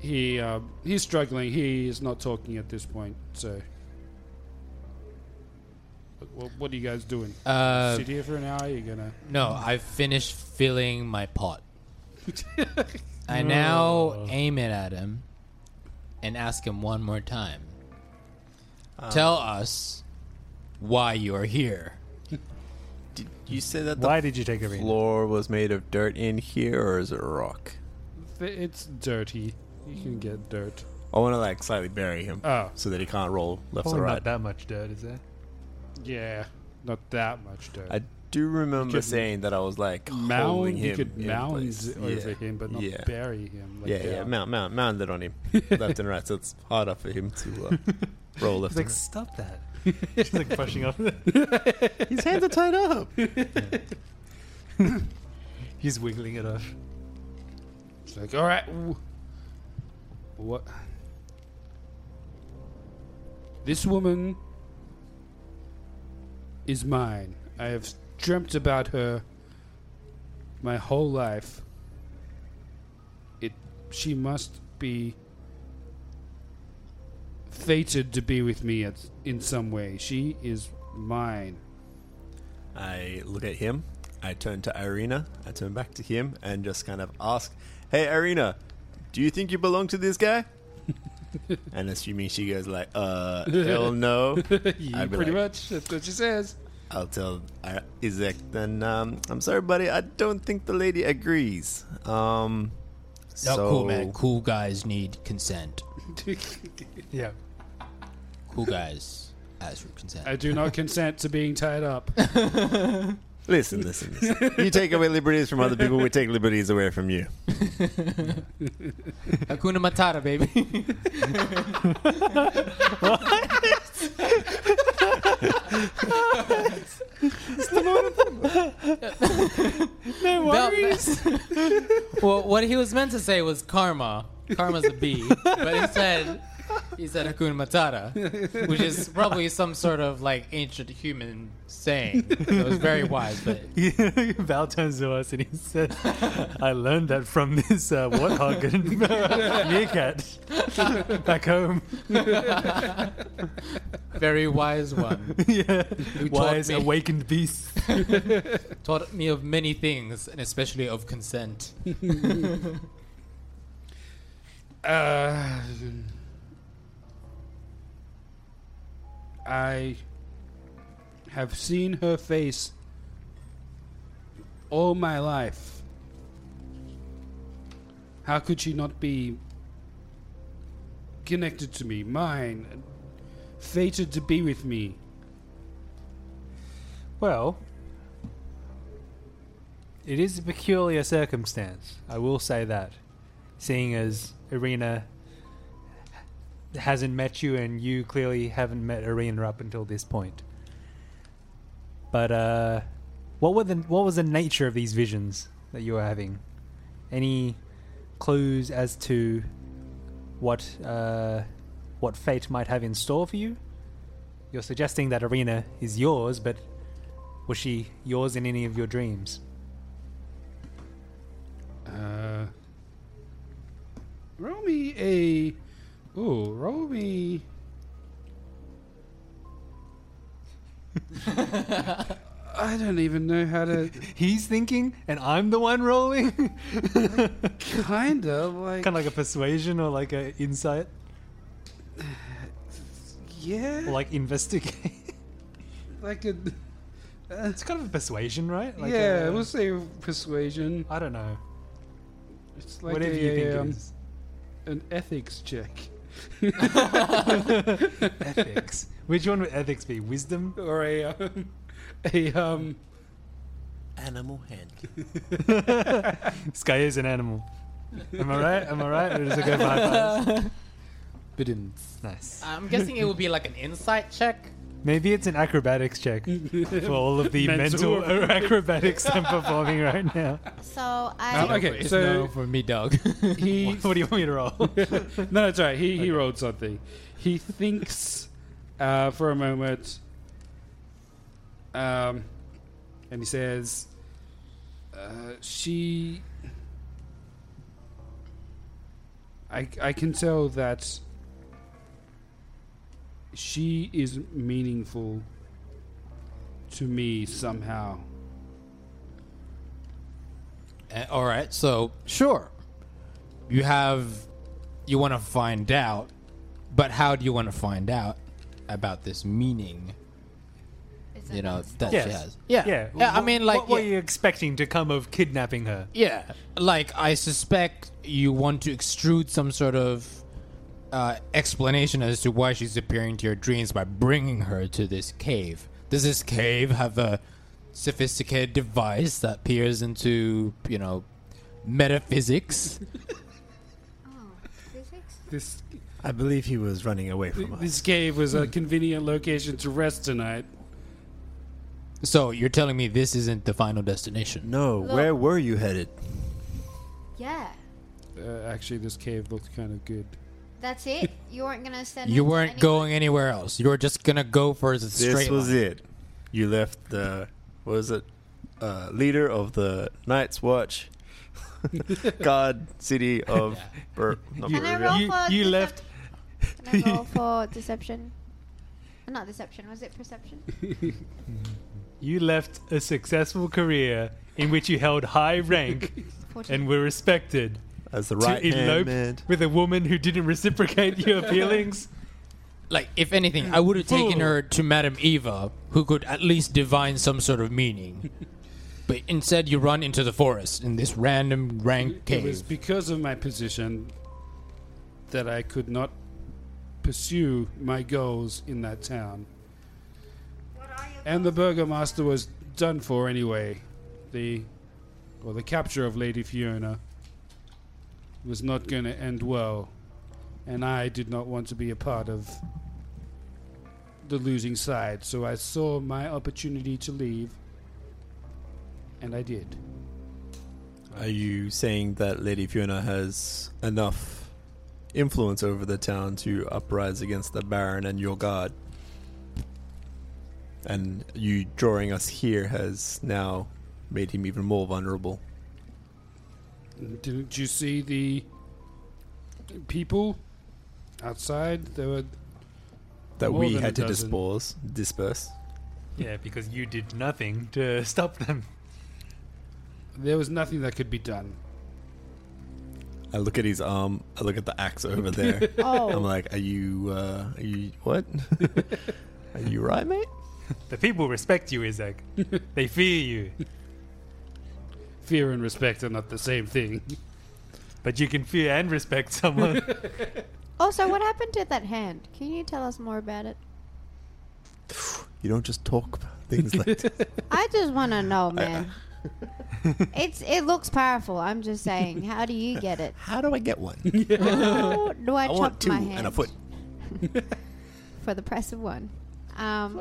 He uh, he's struggling. He is not talking at this point. So, what, what, what are you guys doing? Uh, Sit here for an hour. You're gonna. No, I've finished filling my pot. I now aim it at him and ask him one more time. Um. Tell us why you are here. Did you say that the Why did you take a read? floor was made of dirt in here, or is it rock? It's dirty. You can get dirt. I want to like slightly bury him Oh. so that he can't roll left Probably or right. not that much dirt, is there? Yeah, not that much dirt. I do remember could saying that I was like holding mound, him you could in mound place. over yeah. him, but not yeah. bury him. Like Yeah, yeah, that. mount, mount, mound it on him, left and right. So it's harder for him to uh, roll left. It's Oh. like, and stop that. She's like brushing off. right. His hands are tied up. He's wiggling it off. It's like, all right, w- what? This woman is mine. I have dreamt about her my whole life. It, she must be fated to be with me at, in some way. She is mine. I look at him. I turn to Irina. I turn back to him and just kind of ask, "Hey, Irina, do you think you belong to this guy?" and assuming she goes like, "Uh, hell no," Yeah, I'd be pretty like, much. That's what she says. I'll tell I- Isaac. Then um, I'm sorry, buddy. I don't think the lady agrees. Um, Not so Oh, cool, man. Cool guys need consent. Yeah. Cool guys ask for consent. I do not consent to being tied up. listen, listen, listen. you take away liberties from other people, we take liberties away from you. Hakuna Matata, baby. No Well, well, what he was meant to say was karma. Karma's a B, but he said he said Hakuna Matata, which is probably some sort of like ancient human saying. It was very wise, but Val turns to us and he said, I learned that from this uh, warthog and meerkat back home. very wise one. yeah. Who taught Wise, me- awakened beast. Taught me of many things, and especially of consent. Uh, I have seen her face all my life. How could she not be connected to me, mine, fated to be with me? Well, it is a peculiar circumstance. I will say that, seeing as Irina hasn't met you, and you clearly haven't met Irina up until this point. But uh, what were the what was the nature of these visions that you were having? Any clues as to what uh, what fate might have in store for you? You're suggesting that Arena is yours, but was she yours in any of your dreams? Uh, roll me a. Ooh, roll me. I don't even know how to. He's thinking, and I'm the one rolling. kind Kinda like. of like a persuasion or like a insight yeah. or like investigate. like a. Uh, it's kind of a persuasion, right? Like yeah, a- we'll say persuasion. I don't know. It's like Whatever a, you think um, it is. an ethics check ethics. Which one would ethics be? Wisdom? or a um, a um. Animal handling. This guy is an animal. Am I right? Am I right? Or does it go by fives? Nice. I'm guessing it would be like an insight check. Maybe it's an acrobatics check for all of the mental Mental. acrobatics I'm performing right now. So I. Oh, okay, It's so no for me, dog. he What do you want me to roll? no, that's right. He he rolled something. He thinks uh, for a moment, um, and he says, uh, "She." I I can tell that she is meaningful to me somehow. Uh, all right, so sure, you have, you want to find out, but how do you want to find out about this meaning? It's You a know nice that Yes. she has. Yeah, Yeah. I mean, like, what were yeah. you expecting to come of kidnapping her? Yeah, like I suspect you want to extrude some sort of uh, explanation as to why she's appearing to your dreams by bringing her to this cave. Does this cave have a sophisticated device that peers into, you know, metaphysics? Oh, physics? This I believe he was running away from us. this cave was a convenient location to rest tonight. so you're telling me this isn't the final destination? No, where were you headed? Yeah. Uh, actually, this cave looked kind of good. That's it? You weren't going to send You him to weren't anyone? going anywhere else. You were just gonna go for the straight. This was line. it. You left the what was it? Uh, leader of the Night's Watch, God City of Bur- not Can I Barovia. roll You- for you decep- left- Can I roll for deception? Uh, Not deception, was it perception? You left a successful career in which you held high rank and were respected as the to right hand elope man. with a woman who didn't reciprocate your feelings. Like, if anything, I would have taken her to Madame Eva, who could at least divine some sort of meaning. but instead, you run into the forest in this random rank It was cave. because of my position that I could not pursue my goals in that town. And the burgomaster was done for anyway. The well, the capture of Lady Fiona was not going to end well, and I did not want to be a part of the losing side. So I saw my opportunity to leave, and I did. Are you saying that Lady Fiona has enough influence over the town to uprise against the Baron and your god. And you drawing us here has now made him even more vulnerable. Didn't you see the people outside? They were That More we than had a to dozen. disperse. disperse. Yeah, because you did nothing to stop them. there was nothing that could be done. I look at his arm. I look at the axe over there. Oh. I'm like, are you, uh, are you, what? are you right, mate? The people respect you, Isaac. they fear you, Fear and respect are not the same thing. but you can fear and respect someone. Also, what happened to that hand? Can you tell us more about it? You don't just talk about things like that. I just want to know, man. it's it looks powerful. I'm just saying. How do you get it? How do I get one? How do I, I chop want two my hand and a foot. for the price of one? Um,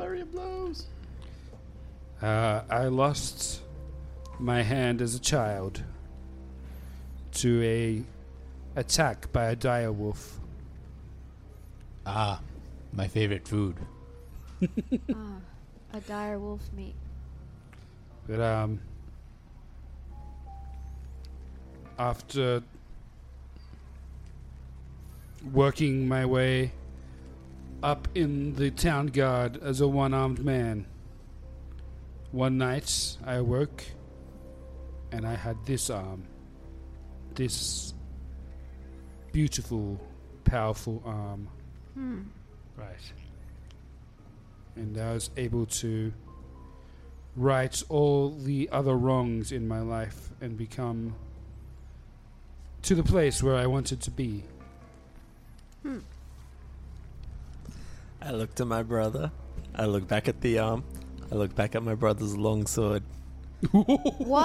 Uh, I lost my hand as a child to a attack by a dire wolf. Ah, my favorite food. a dire wolf meat. But um, after working my way up in the town guard as a one-armed man, one night I awoke and I had this arm, this beautiful, powerful arm, Hmm. right. and I was able to right all the other wrongs in my life and become to the place where I wanted to be. I looked at my brother. I look back at the arm. I look back at my brother's longsword. Wow!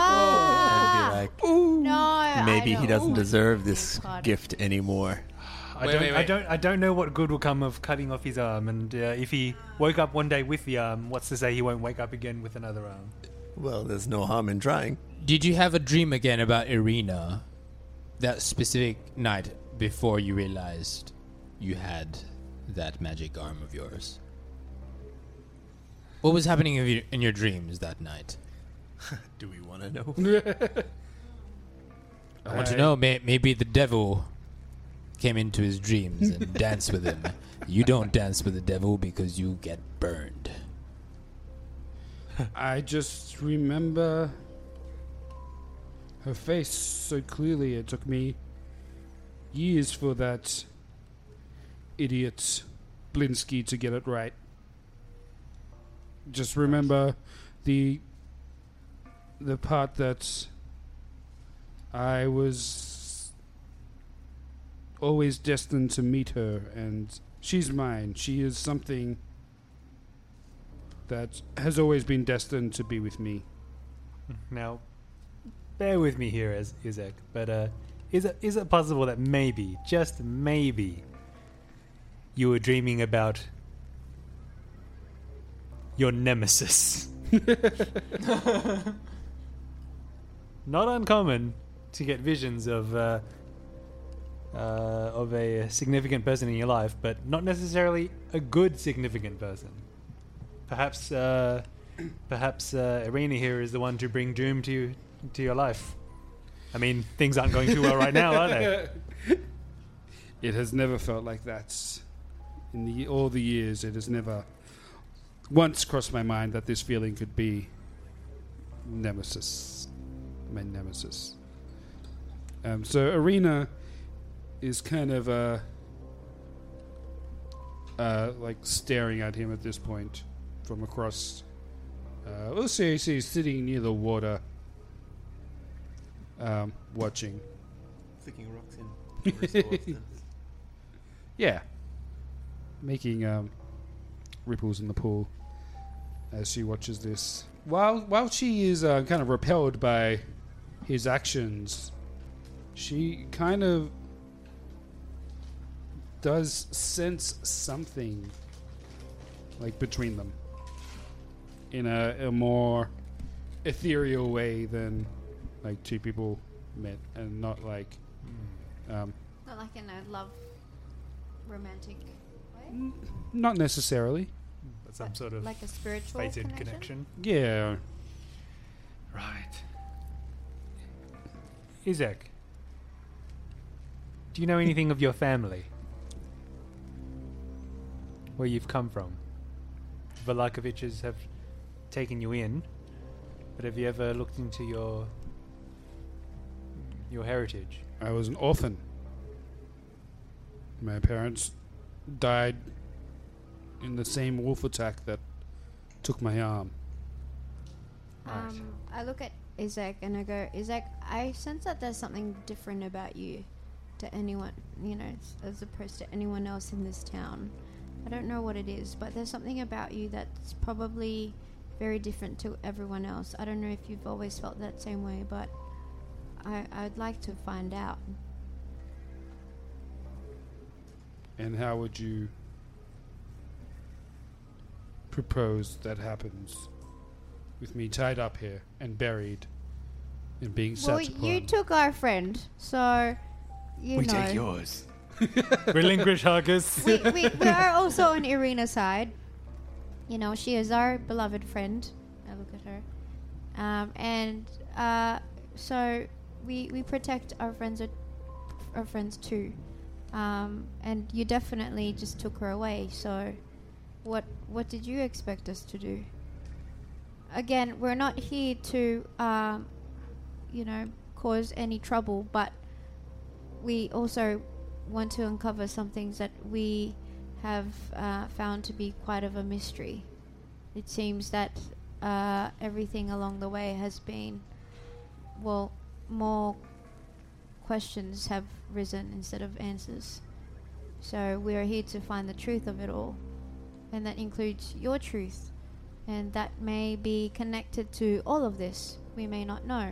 and be No, I like, maybe don't. he doesn't deserve this God. gift anymore. I Wait, don't, wait, I wait. don't, I don't know what good will come of cutting off his arm, and uh, if he woke up one day with the arm, what's to say he won't wake up again with another arm? Well, there's no harm in trying. Did you have a dream again about Irina that specific night before you realized you had that magic arm of yours? What was happening in your, in your dreams that night? Do we want to know? I want to know. May, maybe the devil came into his dreams and danced with him. You don't dance with the devil because you get burned. I just remember her face so clearly. It took me years for that idiot Blinsky to get it right. Just remember the the part that I was always destined to meet her and she's mine. She is something that has always been destined to be with me. Now, bear with me here, as Isaac, but uh, is it is it possible that maybe, just maybe, you were dreaming about your nemesis? Not uncommon to get visions of. Uh, uh, of a significant person in your life, but not necessarily a good significant person. Perhaps uh, Perhaps uh, Irina here is the one to bring doom to you, to your life. I mean, things aren't going too well right now, are they? It has never felt like that. In the, all the years, it has never once crossed my mind that this feeling could be nemesis. My nemesis. Um, so, Arena is kind of uh, uh, like staring at him at this point from across. Uh, we'll say he's sitting near the water, um, watching. Sticking rocks in. Yeah. Making um, ripples in the pool as she watches this. While while she is uh, kind of repelled by his actions, she kind of does sense something like between them in a, a more ethereal way than like two people met and not like um, Not like in a love romantic way? Not necessarily. But some sort of like a spiritual fated connection? connection. Yeah. Right. Isaac, do you know anything of your family? Where you've come from? The Valakoviches have taken you in, but have you ever looked into your your heritage? I was an orphan. My parents died in the same wolf attack that took my arm. Um, I look at Isaac and I go, Isaac, I sense that there's something different about you to anyone, you know, s- as opposed to anyone else in this town. I don't know what it is, but there's something about you that's probably very different to everyone else. I don't know if you've always felt that same way, but I, I'd like to find out. And how would you propose that happens with me tied up here and buried and being well, such you took our friend, so you we know. take yours. Relinquish Harkus. we, we, we are also on Irina's side. You know, she is our beloved friend. I look at her. Um, and uh, so we, we protect our friends at- our friends too. Um, and you definitely just took her away. So what what did you expect us to do? Again, we're not here to um, you know cause any trouble, but we also want to uncover some things that we have uh, found to be quite of a mystery. It seems that uh, everything along the way has been, well, more questions have risen instead of answers. So we are here to find the truth of it all, and that includes your truth, and that may be connected to all of this. We may not know.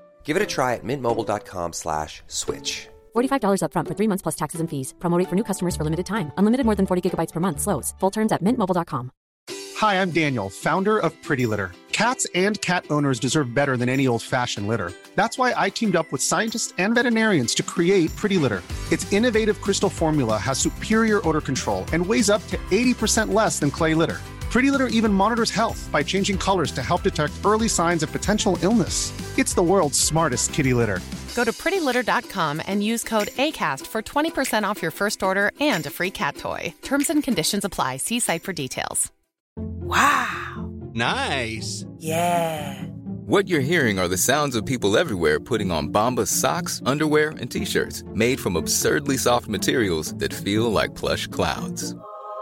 Give it a try at mintmobile.com slash switch. $45 upfront for three months plus taxes and fees. Promo rate for new customers for limited time. Unlimited more than 40 gigabytes per month. Slows. Full terms at mintmobile.com. Hi, I'm Daniel, founder of Pretty Litter. Cats and cat owners deserve better than any old fashioned litter. That's why I teamed up with scientists and veterinarians to create Pretty Litter. Its innovative crystal formula has superior odor control and weighs up to 80% less than clay litter. Pretty Litter even monitors health by changing colors to help detect early signs of potential illness. It's the world's smartest kitty litter. Go to prettylitter.com and use code ACAST for 20% off your first order and a free cat toy. Terms and conditions apply. See site for details. Nice. Yeah. What you're hearing are the sounds of people everywhere putting on Bombas socks, underwear, and t-shirts made from absurdly soft materials that feel like plush clouds.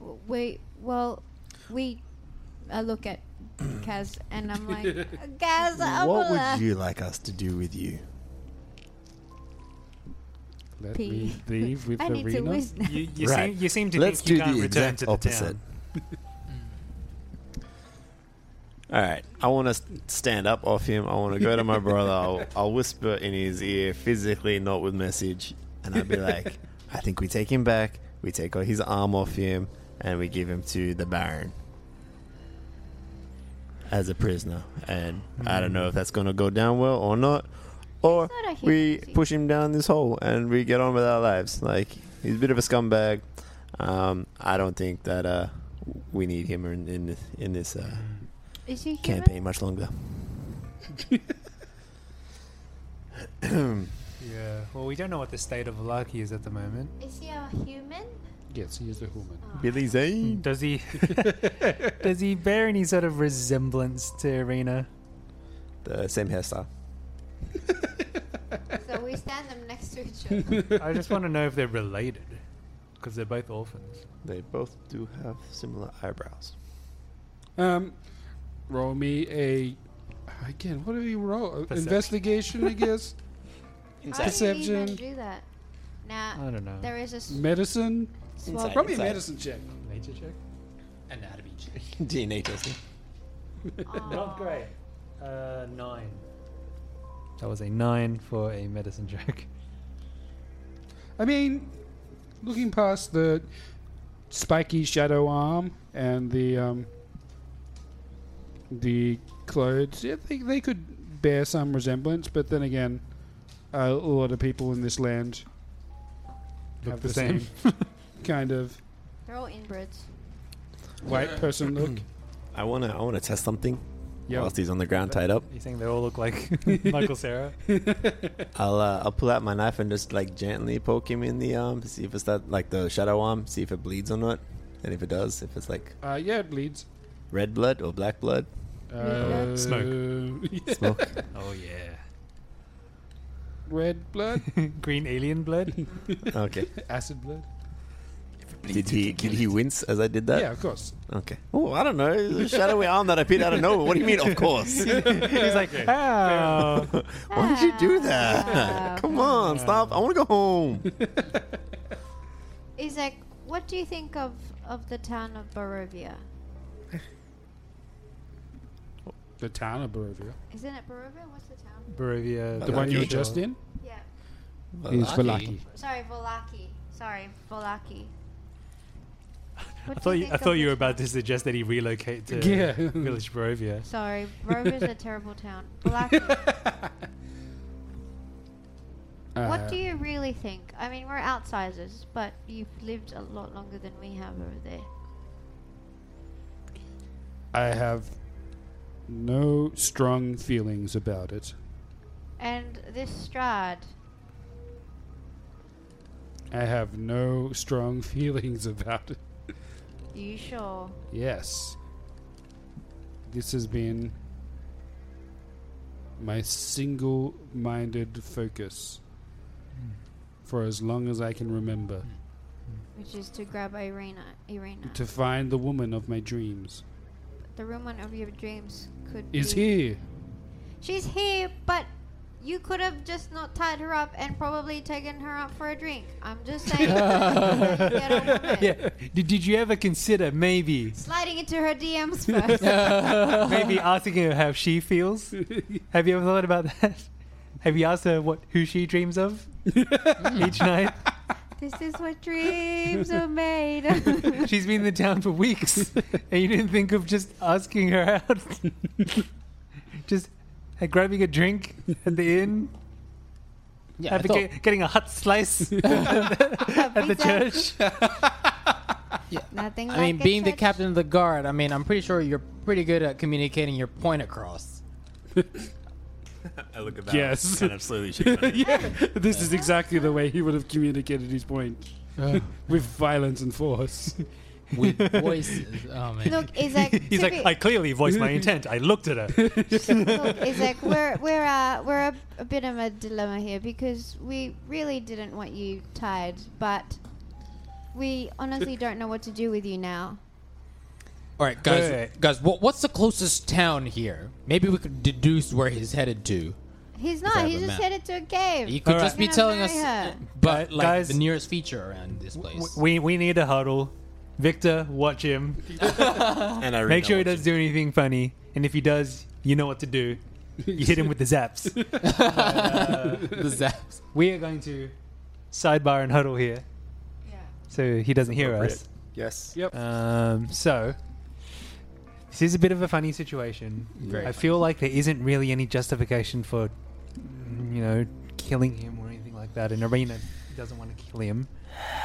W- We well, we. I look at Kaz and I'm like, Kaz, uh, I what wanna-" would you like us to do with you? Let Pee. me leave with I need to Arena. lose now. You- you seem- you seem to Let's think you do can't the return exact to the opposite. All right, I want to stand up off him. I want to go to my brother. I'll, I'll whisper in his ear, physically, not with message, and I'll be like, "I think we take him back. We take his arm off him, and we give him to the Baron as a prisoner." And I don't know if that's going to go down well or not, or not a we push him down this hole and we get on with our lives. Like he's a bit of a scumbag. Um, I don't think that uh, we need him in in this, in this uh, Is he human? campaign much longer. Yeah. Well, we don't know what the state of Lucky is at the moment. Is he a human? Yes, he is a human. Billy Zane. Does he? does he bear any sort of resemblance to Arena? Uh, The same hairstyle. so we stand them next to each other. I just want to know if they're related, because they're both orphans. They both do have similar eyebrows. Um, roll me a. Again, what do you roll? Uh, Perception. Investigation, I guess. How do you even Perception. do that? Now I don't know. There is a s- Mm. Medicine. Swab. Insight, Probably a insight. medicine check. Nature check. Anatomy check. DNA testing. Not great. Uh, nine. That was a nine for a medicine check. I mean, looking past the spiky shadow arm and the um, the clothes, yeah, they, they could bear some resemblance. But then again, a lot of people in this land Look have the the same. same kind of They're all inbreds. white person look. I wanna I wanna test something. Yeah. Whilst he's on the ground tied up, You think they all look like Michael Sarah? I'll uh, I'll pull out my knife and just like gently poke him in the arm to see if it's that like the shadow arm, see if it bleeds or not, and if it does, if it's like Uh, yeah, it bleeds. red blood or black blood. Uh, Smoke. yeah. Smoke. Oh yeah. Red blood. Green alien blood. Okay. Acid blood. Did he did he wince as I did that? yeah, of course. Okay. Oh, I don't know. It's a shadowy arm that appeared out of nowhere. What do you mean? Of course. He's like, oh. Why did you do that? Come on, stop. I want to go home. Isaac, what do you think of, of the town of Barovia? The town of Barovia. Isn't it Barovia? What's the town? Uh, Barovia. The one you were just in? Yeah. Is Valaki. Sorry, Volaki. Sorry, Volaki. I What do thought you, think I of thought you the were about to suggest that he relocate to Yeah. Village Barovia. Sorry, Barovia's a terrible town. Volaki. Uh, what do you really think? I mean, we're outsiders, but you've lived a lot longer than we have over there. I have no strong feelings about it. And this Strad, I have no strong feelings about it. you sure? Yes. This has been my single minded focus for as long as I can remember Which is to grab Irina. Irina. to find the woman of my dreams. the woman of your dreams could Is Mm. be. here. She's here, but you could have just not tied her up and probably taken her out for a drink. I'm just saying. that you get on with it. yeah. Did, did you ever consider maybe Sliding into her DMs first. maybe asking her how she feels? Have you ever thought about that? Have you asked her what who she dreams of each night? this is what dreams are made. She's been in the town for weeks, and you didn't think of just asking her out, just uh, grabbing a drink at the inn, Yeah, I having- thought, getting a hot slice at the church. Nothing I like mean, a being the church. captain of the guard, I mean, I'm pretty sure you're pretty good at communicating your point across. I look at Yes. and I'm slowly shaking my head. This is exactly the way he would have communicated his point with violence and force. Uh. with voices. Oh man. Look, Isaac. He's to like, be- I clearly voiced my intent. I looked at her. Look, Isaac, we're we're uh, we're a, a bit of a dilemma here because we really didn't want you tied, but we honestly don't know what to do with you now. All right, guys. Wait, Guys, what, what's the closest town here? Maybe we could deduce where he's headed to. He's I not. have He's a just map. headed to a cave. You could He's just be gonna telling marry us, her. but like guys- the nearest feature around this place. we we need a huddle. Victor, watch him. and Make sure he doesn't do anything funny. And if he does, you know what to do. You hit him with the zaps. uh, the zaps. We are going to sidebar and huddle here. So he doesn't hear us. Yes. Yep. Um, so this is a bit of a funny situation. Very I feel like there isn't really any justification for, mm, you know, killing him or anything like that. An arena doesn't want to kill him.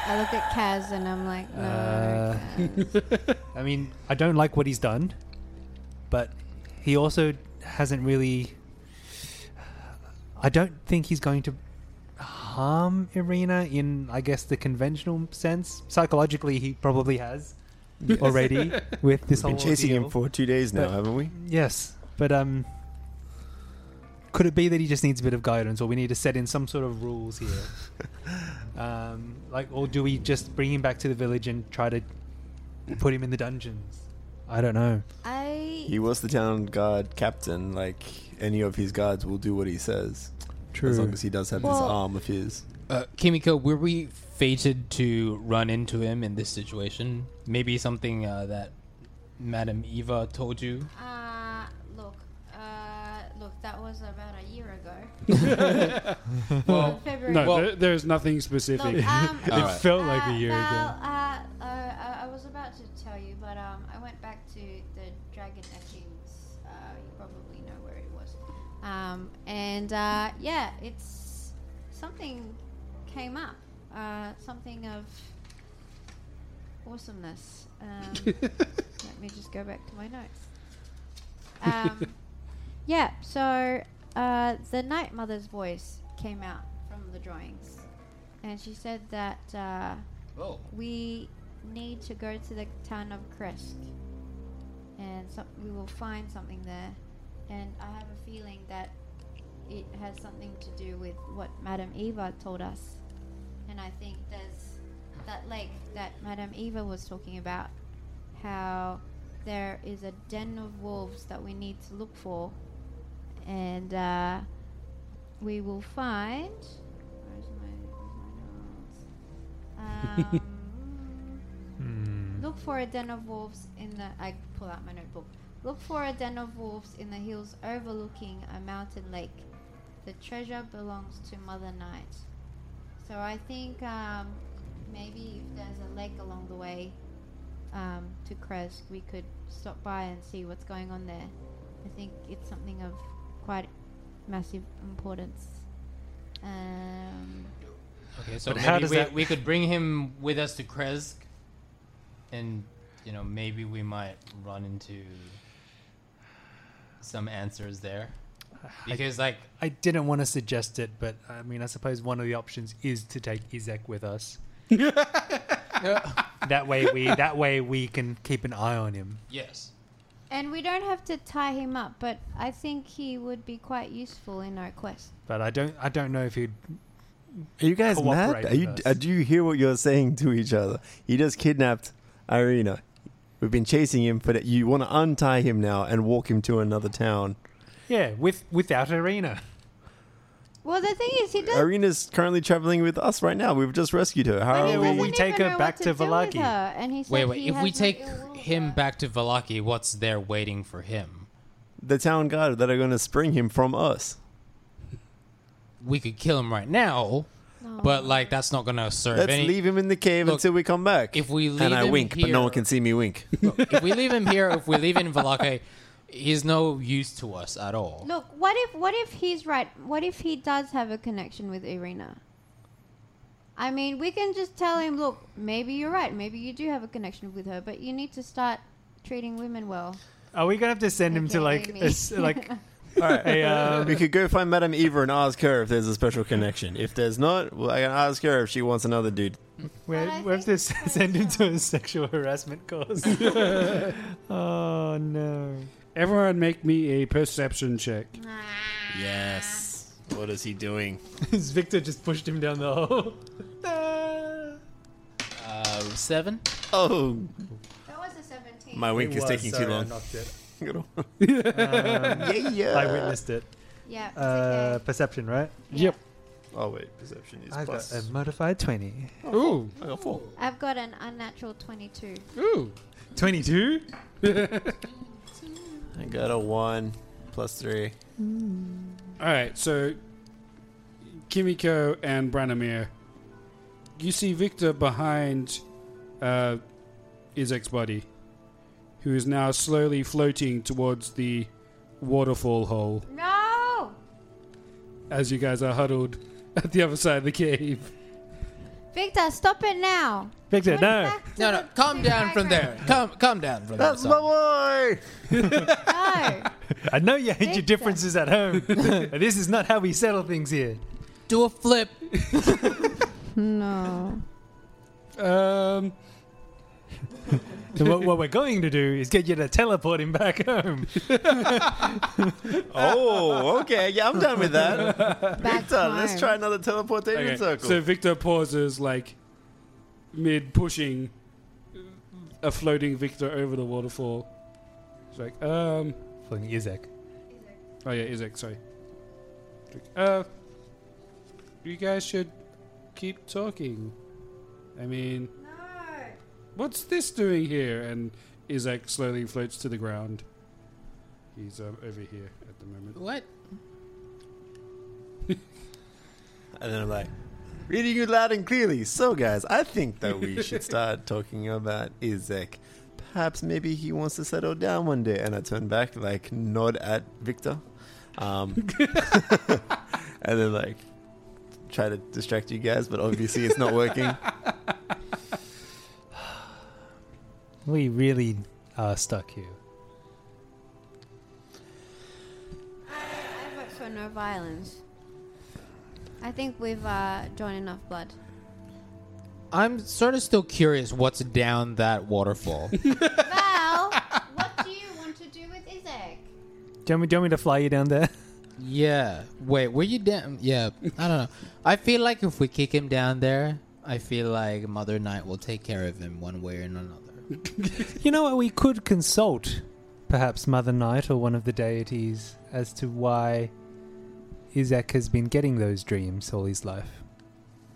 I look at Kaz and I'm like, no. Uh, I mean, I don't like what he's done, but he also hasn't really. I don't think he's going to harm Irina in, I guess, the conventional sense. Psychologically, he probably has Yes. already with We've this whole been chasing him ordeal. for two days now, But- haven't we? Yes, but um, could it be that he just needs a bit of guidance, or we need to set in some sort of rules here? um, like, or do we just bring him back to the village and try to put him in the dungeons? I don't know. I He was the town guard captain. Like any of his guards will do what he says. True. As long as he does have this Well- arm of his. Uh, Kimiko, were we fated to run into him in this situation? Maybe something uh, that Madam Eva told you. Uh, look, uh, look, that was about a year ago. Well, February. No, Well- there, there's nothing specific. Look, um, it felt like a year well, ago. Uh, uh, I- I was about to tell you, but um, I went back to the Dragon Echoes. Uh, you probably know where it was. Um, and uh, yeah, it's something came up. Uh, something of awesomeness. Um, let me just go back to my notes. Um, yeah, so uh, the Night Mother's voice came out from the drawings, and she said that uh, Oh. we need to go to the town of Kresk, and some we will find something there. And I have a feeling that it has something to do with what Madame Eva told us, and I think there's that lake that Madame Eva was talking about, how there is a den of wolves that we need to look for, and uh, we will find. Where's my, where's my notes? Hmm. Um, look for a den of wolves in the. I pull out my notebook. Look for a den of wolves in the hills overlooking a mountain lake. The treasure belongs to Mother Night. So I think um, maybe if there's a lake along the way um, to Kresk, we could stop by and see what's going on there. I think it's something of quite massive importance. Um, Okay, so But maybe how does we, that- we could bring him with us to Kresk, and you know maybe we might run into some answers there. Because like I didn't want to suggest it, but I mean, I suppose one of the options is to take Izek with us. that way, we that way we can keep an eye on him. Yes. and we don't have to tie him up, but I think he would be quite useful in our quest. But I don't I don't know if he'd. Are you guys Cooperate mad? Are you, with us. uh, do you hear what you're saying to each other? He just kidnapped Irina. We've been chasing him for that. You want to untie him now and walk him to another town. Yeah, with without Arena. Well, the thing is, he does. Irina's currently traveling with us right now. We've just rescued her. How he are doesn't we? even know what do with her, and he said wait, wait. he If we has no take him back to Valaki, what's there waiting for him? The town guard that are going to spring him from us. We could kill him right now, but like that's not gonna serve. Let's any- leave him in the cave until we come back. If we leave and I him wink, but no here- one can see me wink. if we leave him here, if we leave him in Valaki, he's no use to us at all. Look, what if what if he's right? What if he does have a connection with Irina? I mean, we can just tell him, look, maybe you're right. Maybe you do have a connection with her, but you need to start treating women well. Are Oh, we gonna have to send him to Okay, like maybe. a s like? All right. Hey, um, we could go find Madame Eva and ask her if there's a special connection. If there's not, well, I can ask her if she wants another dude. We we have to s- send him to a sexual harassment course. oh no! Everyone, make me a perception check. Yes. What is he doing? Victor just pushed him down the hole. Uh, seven. Oh, That was a 17. my wink It is was, taking sorry, too I long. knocked it. Good ol- Uh, Um, I witnessed it. Yeah, it's Uh, Perception, right? Yep. Oh wait, perception is I got plus. Oh. a modified twenty. Ooh. I got four. I've got an unnatural 22. Ooh. Twenty-two. I got a one plus three. Mm. All right, so Kimiko and Branimir, you see Victor behind uh, his ex-body, who is now slowly floating towards the waterfall hole No! as you guys are huddled at the other side of the cave. Victor, stop it now! Victor, Went no. back to No, no, the- calm the down from there. diagram. Calm, calm down from That's there. my son. boy. No! I know you hate your Victor. differences at home. but this is not how we settle things here. Do a flip. No. Um, So what, what we're going to do is get you to teleport him back home. Oh, okay. Yeah, I'm done with that. Back Victor, let's home. try another teleportation okay, circle. So Victor pauses, like mid pushing a floating Victor over the waterfall. It's like, um. Fucking Izak. Oh yeah, Isaac. Sorry. Uh, you guys should keep talking. I mean, No! what's this doing here? And Isaac slowly floats to the ground. He's um, over here at the moment. What? and then I'm like, reading you loud and clearly. So, guys, I think that we should start talking about Isaac. Perhaps maybe he wants to settle down one day. And I turn back, like, nod at Victor. Um, and then, like, try to distract you guys, but obviously it's not working. We really are stuck here. I vote for no violence. I think we've uh, drawn enough blood. I'm sort of still curious what's down that waterfall. Val, what do you want to do with Isaac? Do you, want me, do you want me to fly you down there? yeah. Wait, were you down? Yeah. I don't know. I feel like if we kick him down there, I feel like Mother Night will take care of him one way or another. You know what? We could consult perhaps Mother Night or one of the deities as to why Izak has been getting those dreams all his life.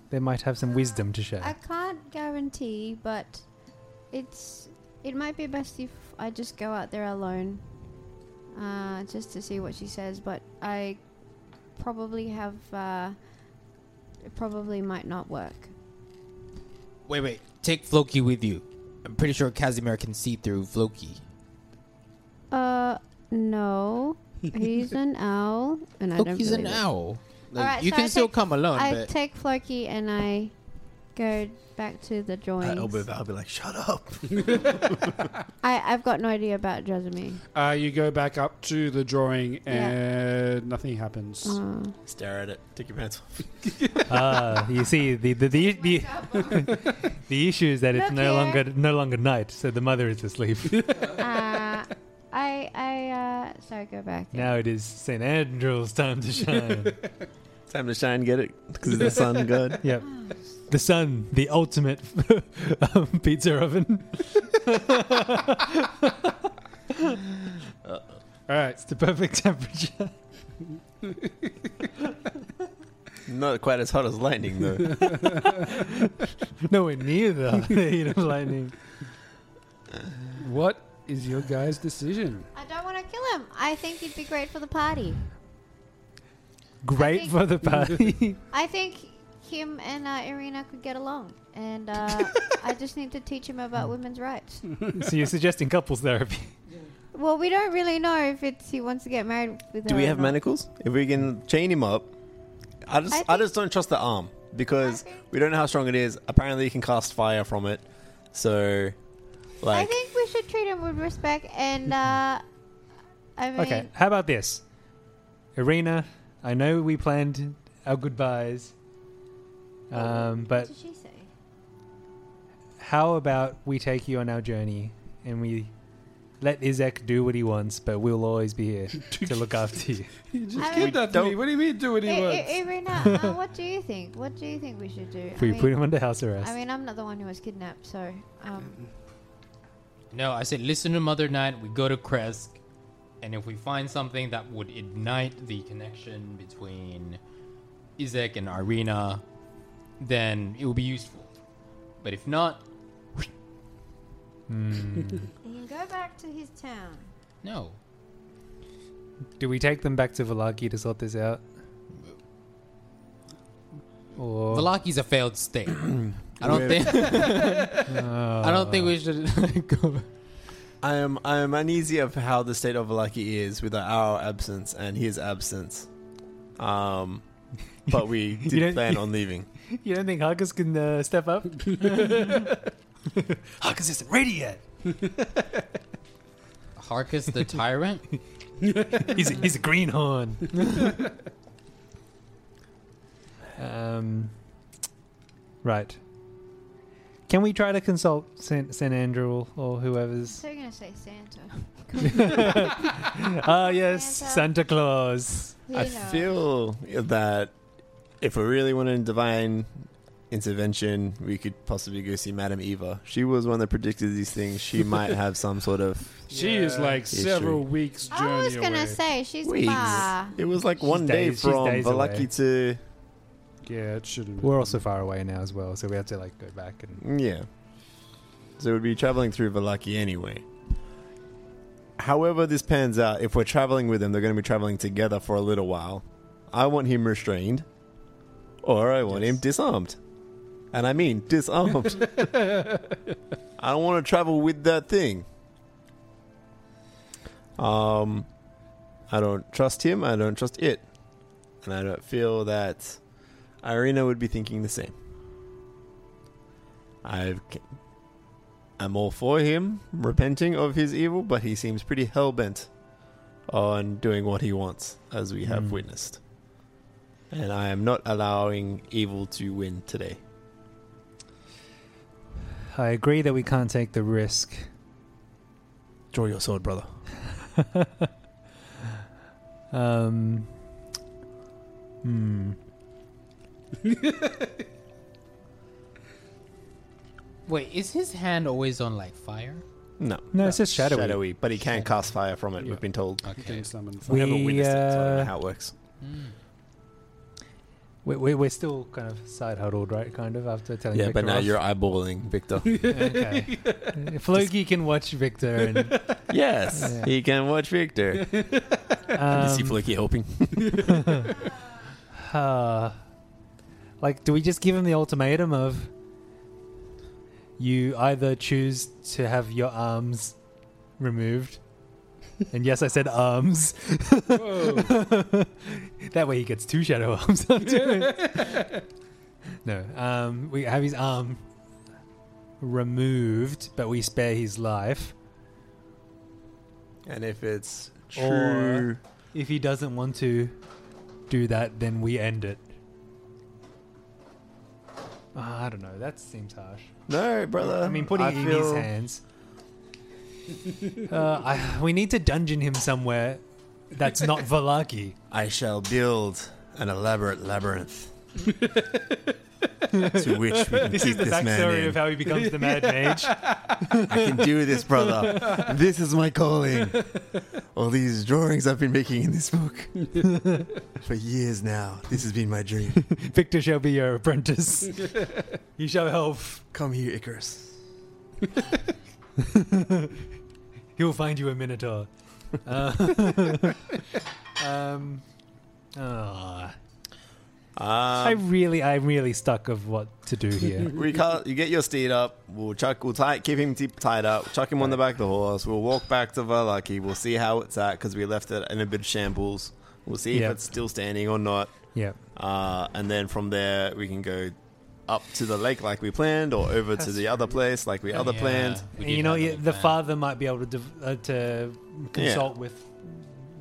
They might have some wisdom to I share. can't guarantee, but it's it might be best if I just go out there alone, uh, just to see what she says. But I probably have uh, it probably might not work. Wait, wait. Take Floki with you. I'm pretty sure Casimir can see through Floki. Uh, no, he's an owl, and I don't. Floki's an believe it. owl. Like, Alright, you so can I still take- come alone, I but take Floki and I go back to the I drawings. elbow Val, I'll be like, shut up. I, I've got no idea about Jasmine. Uh, you go back up to the drawing, Yeah. and nothing happens. Uh, Stare at it. Take your pants off. Ah, you see, the the, the, the, the issue is that it's Look no here. longer no longer night, so the mother is asleep. uh, I, I, uh, sorry, go back. now it is St. Andrew's time to shine. Time to shine, get it? Because it's the sun god. yep. The sun, the ultimate um, pizza oven. All right. It's the perfect temperature. Not quite as hot as lightning, though. Nowhere near the heat of lightning. What is your guys' decision? I don't want to kill him. I think he'd be great for the party. Great think- for the party. I think him and uh, Irina could get along, and uh, I just need to teach him about women's rights. so you're suggesting couples therapy? Well, we don't really know if it's he wants to get married with. Do her we or have not. manacles? If we can chain him up, I just I I, think- just don't trust the arm because I think- we don't know how strong it is. Apparently, you can cast fire from it. So, I like, think we should treat him with respect, and uh, I mean, Okay, how about this? Irina, I know we planned our goodbyes, um, but what did she say? How about we take you on our journey and we let Izek do what he wants, but we'll always be here to look after you. You just I kid mean- e-, that to me. What do you mean do what he I- I- wants? Irina, uh, what do you think? What do you think we should do? I We mean- put him under house arrest. I mean, I'm not the one who was kidnapped, so um, No, I said listen to Mother Night. We go to Kresk, and if we find something that would ignite the connection between Izek and Irina, then it will be useful. But if not, Hmm. he can go back to his town. no. Do we take them back to Valaki to sort this out? Or Valaki's a failed state. I don't Wait. think. I don't think we should go. I am I am uneasy of how the state of Valaki is with our absence and his absence. Um, but we You did don't- plan on leaving. you don't think Harkus can uh, step up? Harkus isn't ready yet. Harkus the tyrant. he's a, he's a greenhorn. um, right. Can we try to consult Saint, Saint Andrew or whoever's? So you're gonna say Santa? Ah yes, Santa Claus. I feel that if we really wanted divine intervention, we could possibly go see Madame Eva. She was one that predicted these things. She might have some sort of. She is like History. several weeks journey I was gonna away. say she's Weeks. far. It was like She's one day days- she's from days away. Valaki to Yeah, it shouldn't. We're also far away now as well, so we have to like go back and. Yeah. So it would be traveling through Valaki anyway. However, this pans out, if we're traveling with him, they're going to be traveling together for a little while. I want him restrained, or I want him disarmed. And I mean disarmed. I don't want to travel with that thing. Um, I don't trust him. I don't trust it, and I don't feel that Irina would be thinking the same. I've, I'm all for him repenting of his evil, but he seems pretty hell bent on doing what he wants, as we have Hmm. witnessed. And I am not allowing evil to win today. I agree that we can't take the risk. Draw your sword, brother. Um. Hmm. Wait, is his hand always on like fire? No, No, it's just shadowy. Shadowy, but he can cast fire from it. We've been told. You can summon fire. We never We, witnessed it, so I don't know uh, how it works. We, we, we're still kind of side huddled, right? Kind of after telling. Yeah, Victor but now off. you're eyeballing Victor. okay. Floki can watch Victor and yes, Yeah. he can watch Victor. I see um, Flicky helping. uh, like, do we just give him the ultimatum of you either choose to have your arms removed, and yes, I said arms. that way, he gets two shadow arms. no, um, we have his arm removed, but we spare his life. And if it's Or- true, If he doesn't want to do that, then we end it. Uh, I don't know. That seems harsh. no, brother. I mean, putting it in his feel- hands. uh, I, we need to dungeon him somewhere that's not Valaki. I shall build an elaborate labyrinth. to which we can This keep is the this man backstory in. of how he becomes the Mad Mage. I can do this, brother. This is my calling. All these drawings I've been making in this book for years now. This has been my dream. Victor shall be your apprentice. he shall help. Come here, Icarus. He'll find you a Minotaur. Uh, um, Um, ah. I really, I'm really stuck of what to do here. We can't, you get your steed up. We'll chuck. We'll tie, keep him t- tied up. Chuck him on the back of the horse. We'll walk back to Valaki. We'll see how it's at because we left it in a bit of shambles. We'll see Yeah. if it's still standing or not. yeah. Uh, and then from there, we can go up to the lake like we planned, or over to the other place like Uh, we other Yeah, planned. we you did know, have yeah, another the plan. father might be able to div- uh, to consult with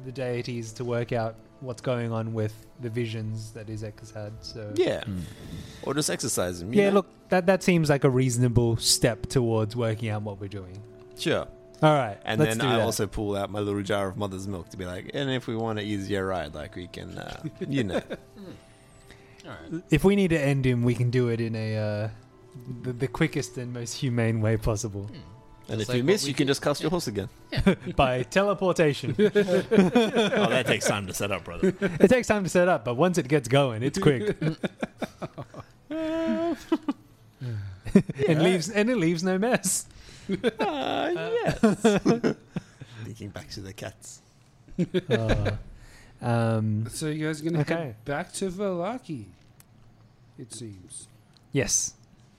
the deities to work out what's going on with the visions that Izek has had. So Yeah. Hmm. Or just exercise them. you yeah. know? Look, that that seems like a reasonable step towards working out what we're doing. Sure. All right, And let's then do I that. also pull out my little jar of mother's milk to be like, and if we want an easier ride, like we can, uh, you know. If we need to end him, we can do it in a uh, the, the quickest and most humane way possible. And Just if like you miss, what we you can did. just cast your horse again. by teleportation. Oh, that takes time to set up, brother. It takes time to set up, but once it gets going, it's quick. and leaves and it leaves no mess. Ah, yes. Thinking back to the cats. Uh, um, So you guys are gonna okay. head back to Valaki? It seems. Yes,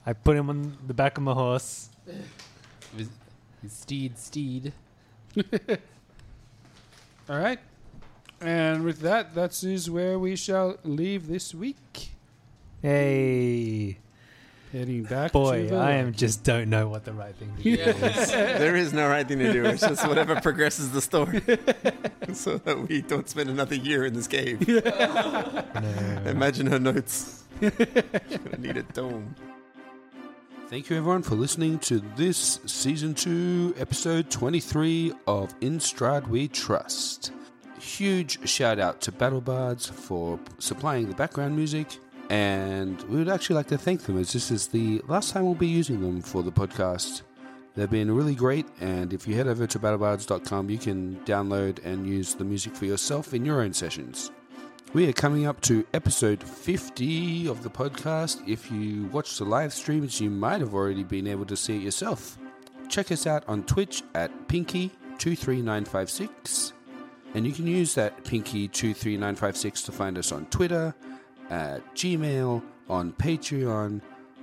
I put him on the back of my horse. His- his steed, steed. All right. And with that, that is where we shall leave this week. Hey, heading back. Boy, to I am Valaki. just don't know what the right thing to do is. there is no right thing to do. It's just whatever progresses the story, so that we don't spend another year in this cave. Imagine her notes. Gonna need a dome. Thank you, everyone, for listening to this season two, episode 23 of In Stride We Trust. Huge shout out to Battle Bards for supplying the background music, and we would actually like to thank them as this is the last time we'll be using them for the podcast. They've been really great, and if you head over to battlebards.com, you can download and use the music for yourself in your own sessions. We are coming up to episode 50 of the podcast. If you watch the live streams, you might have already been able to see it yourself. Check us out on Twitch at Pinky23956. And you can use that Pinky23956 to find us on Twitter, at Gmail, on Patreon,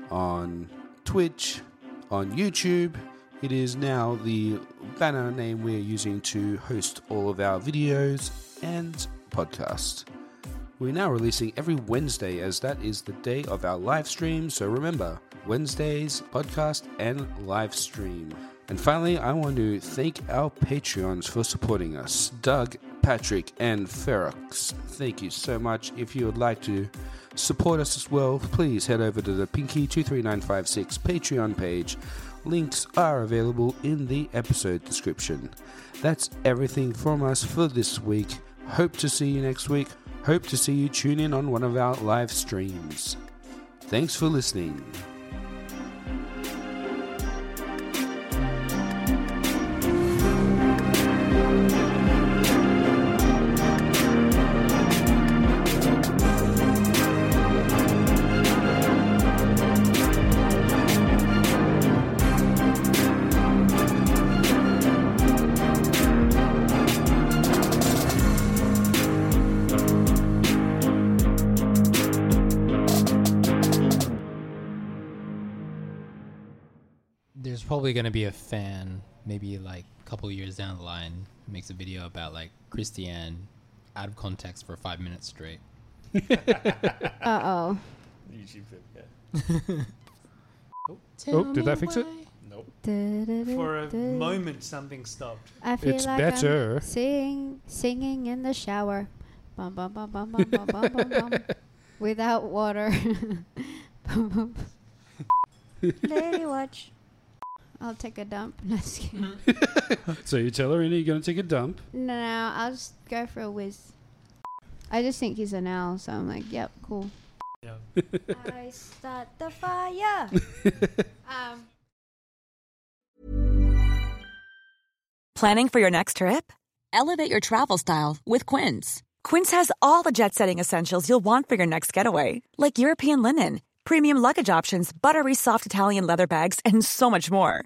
on Twitch, on YouTube. It is now the banner name we're using to host all of our videos and podcast. We're now releasing every Wednesday as that is the day of our live stream, so remember Wednesdays, podcast, and live stream. And finally, I want to thank our Patreons for supporting us Doug, Patrick, and Ferox. Thank you so much. If you would like to support us as well, please head over to the Pinky23956 Patreon page. Links are available in the episode description. That's everything from us for this week. Hope to see you next week. Hope to see you tune in on one of our live streams. Thanks for listening. There's probably gonna be a fan, maybe like a couple years down the line, who makes a video about like Christiane out of context for five minutes straight. Uh oh. YouTube video. Oh, did that fix it? Nope. For a moment, something stopped. I feel It's like better. I'm sing, singing in the shower. Bum, bum, bum, bum, bum, bum, bum, bum, bum. Without water. Bum, bum. Lady watch. I'll take a dump. Let's get So you tell Arena you're going to take a dump. No, no, I'll just go for a whiz. I just think he's an owl, so I'm like, yep, cool. I start the fire. um. Planning for your next trip? Elevate your travel style with Quince. Quince has all the jet setting essentials you'll want for your next getaway, like European linen, premium luggage options, buttery soft Italian leather bags, and so much more.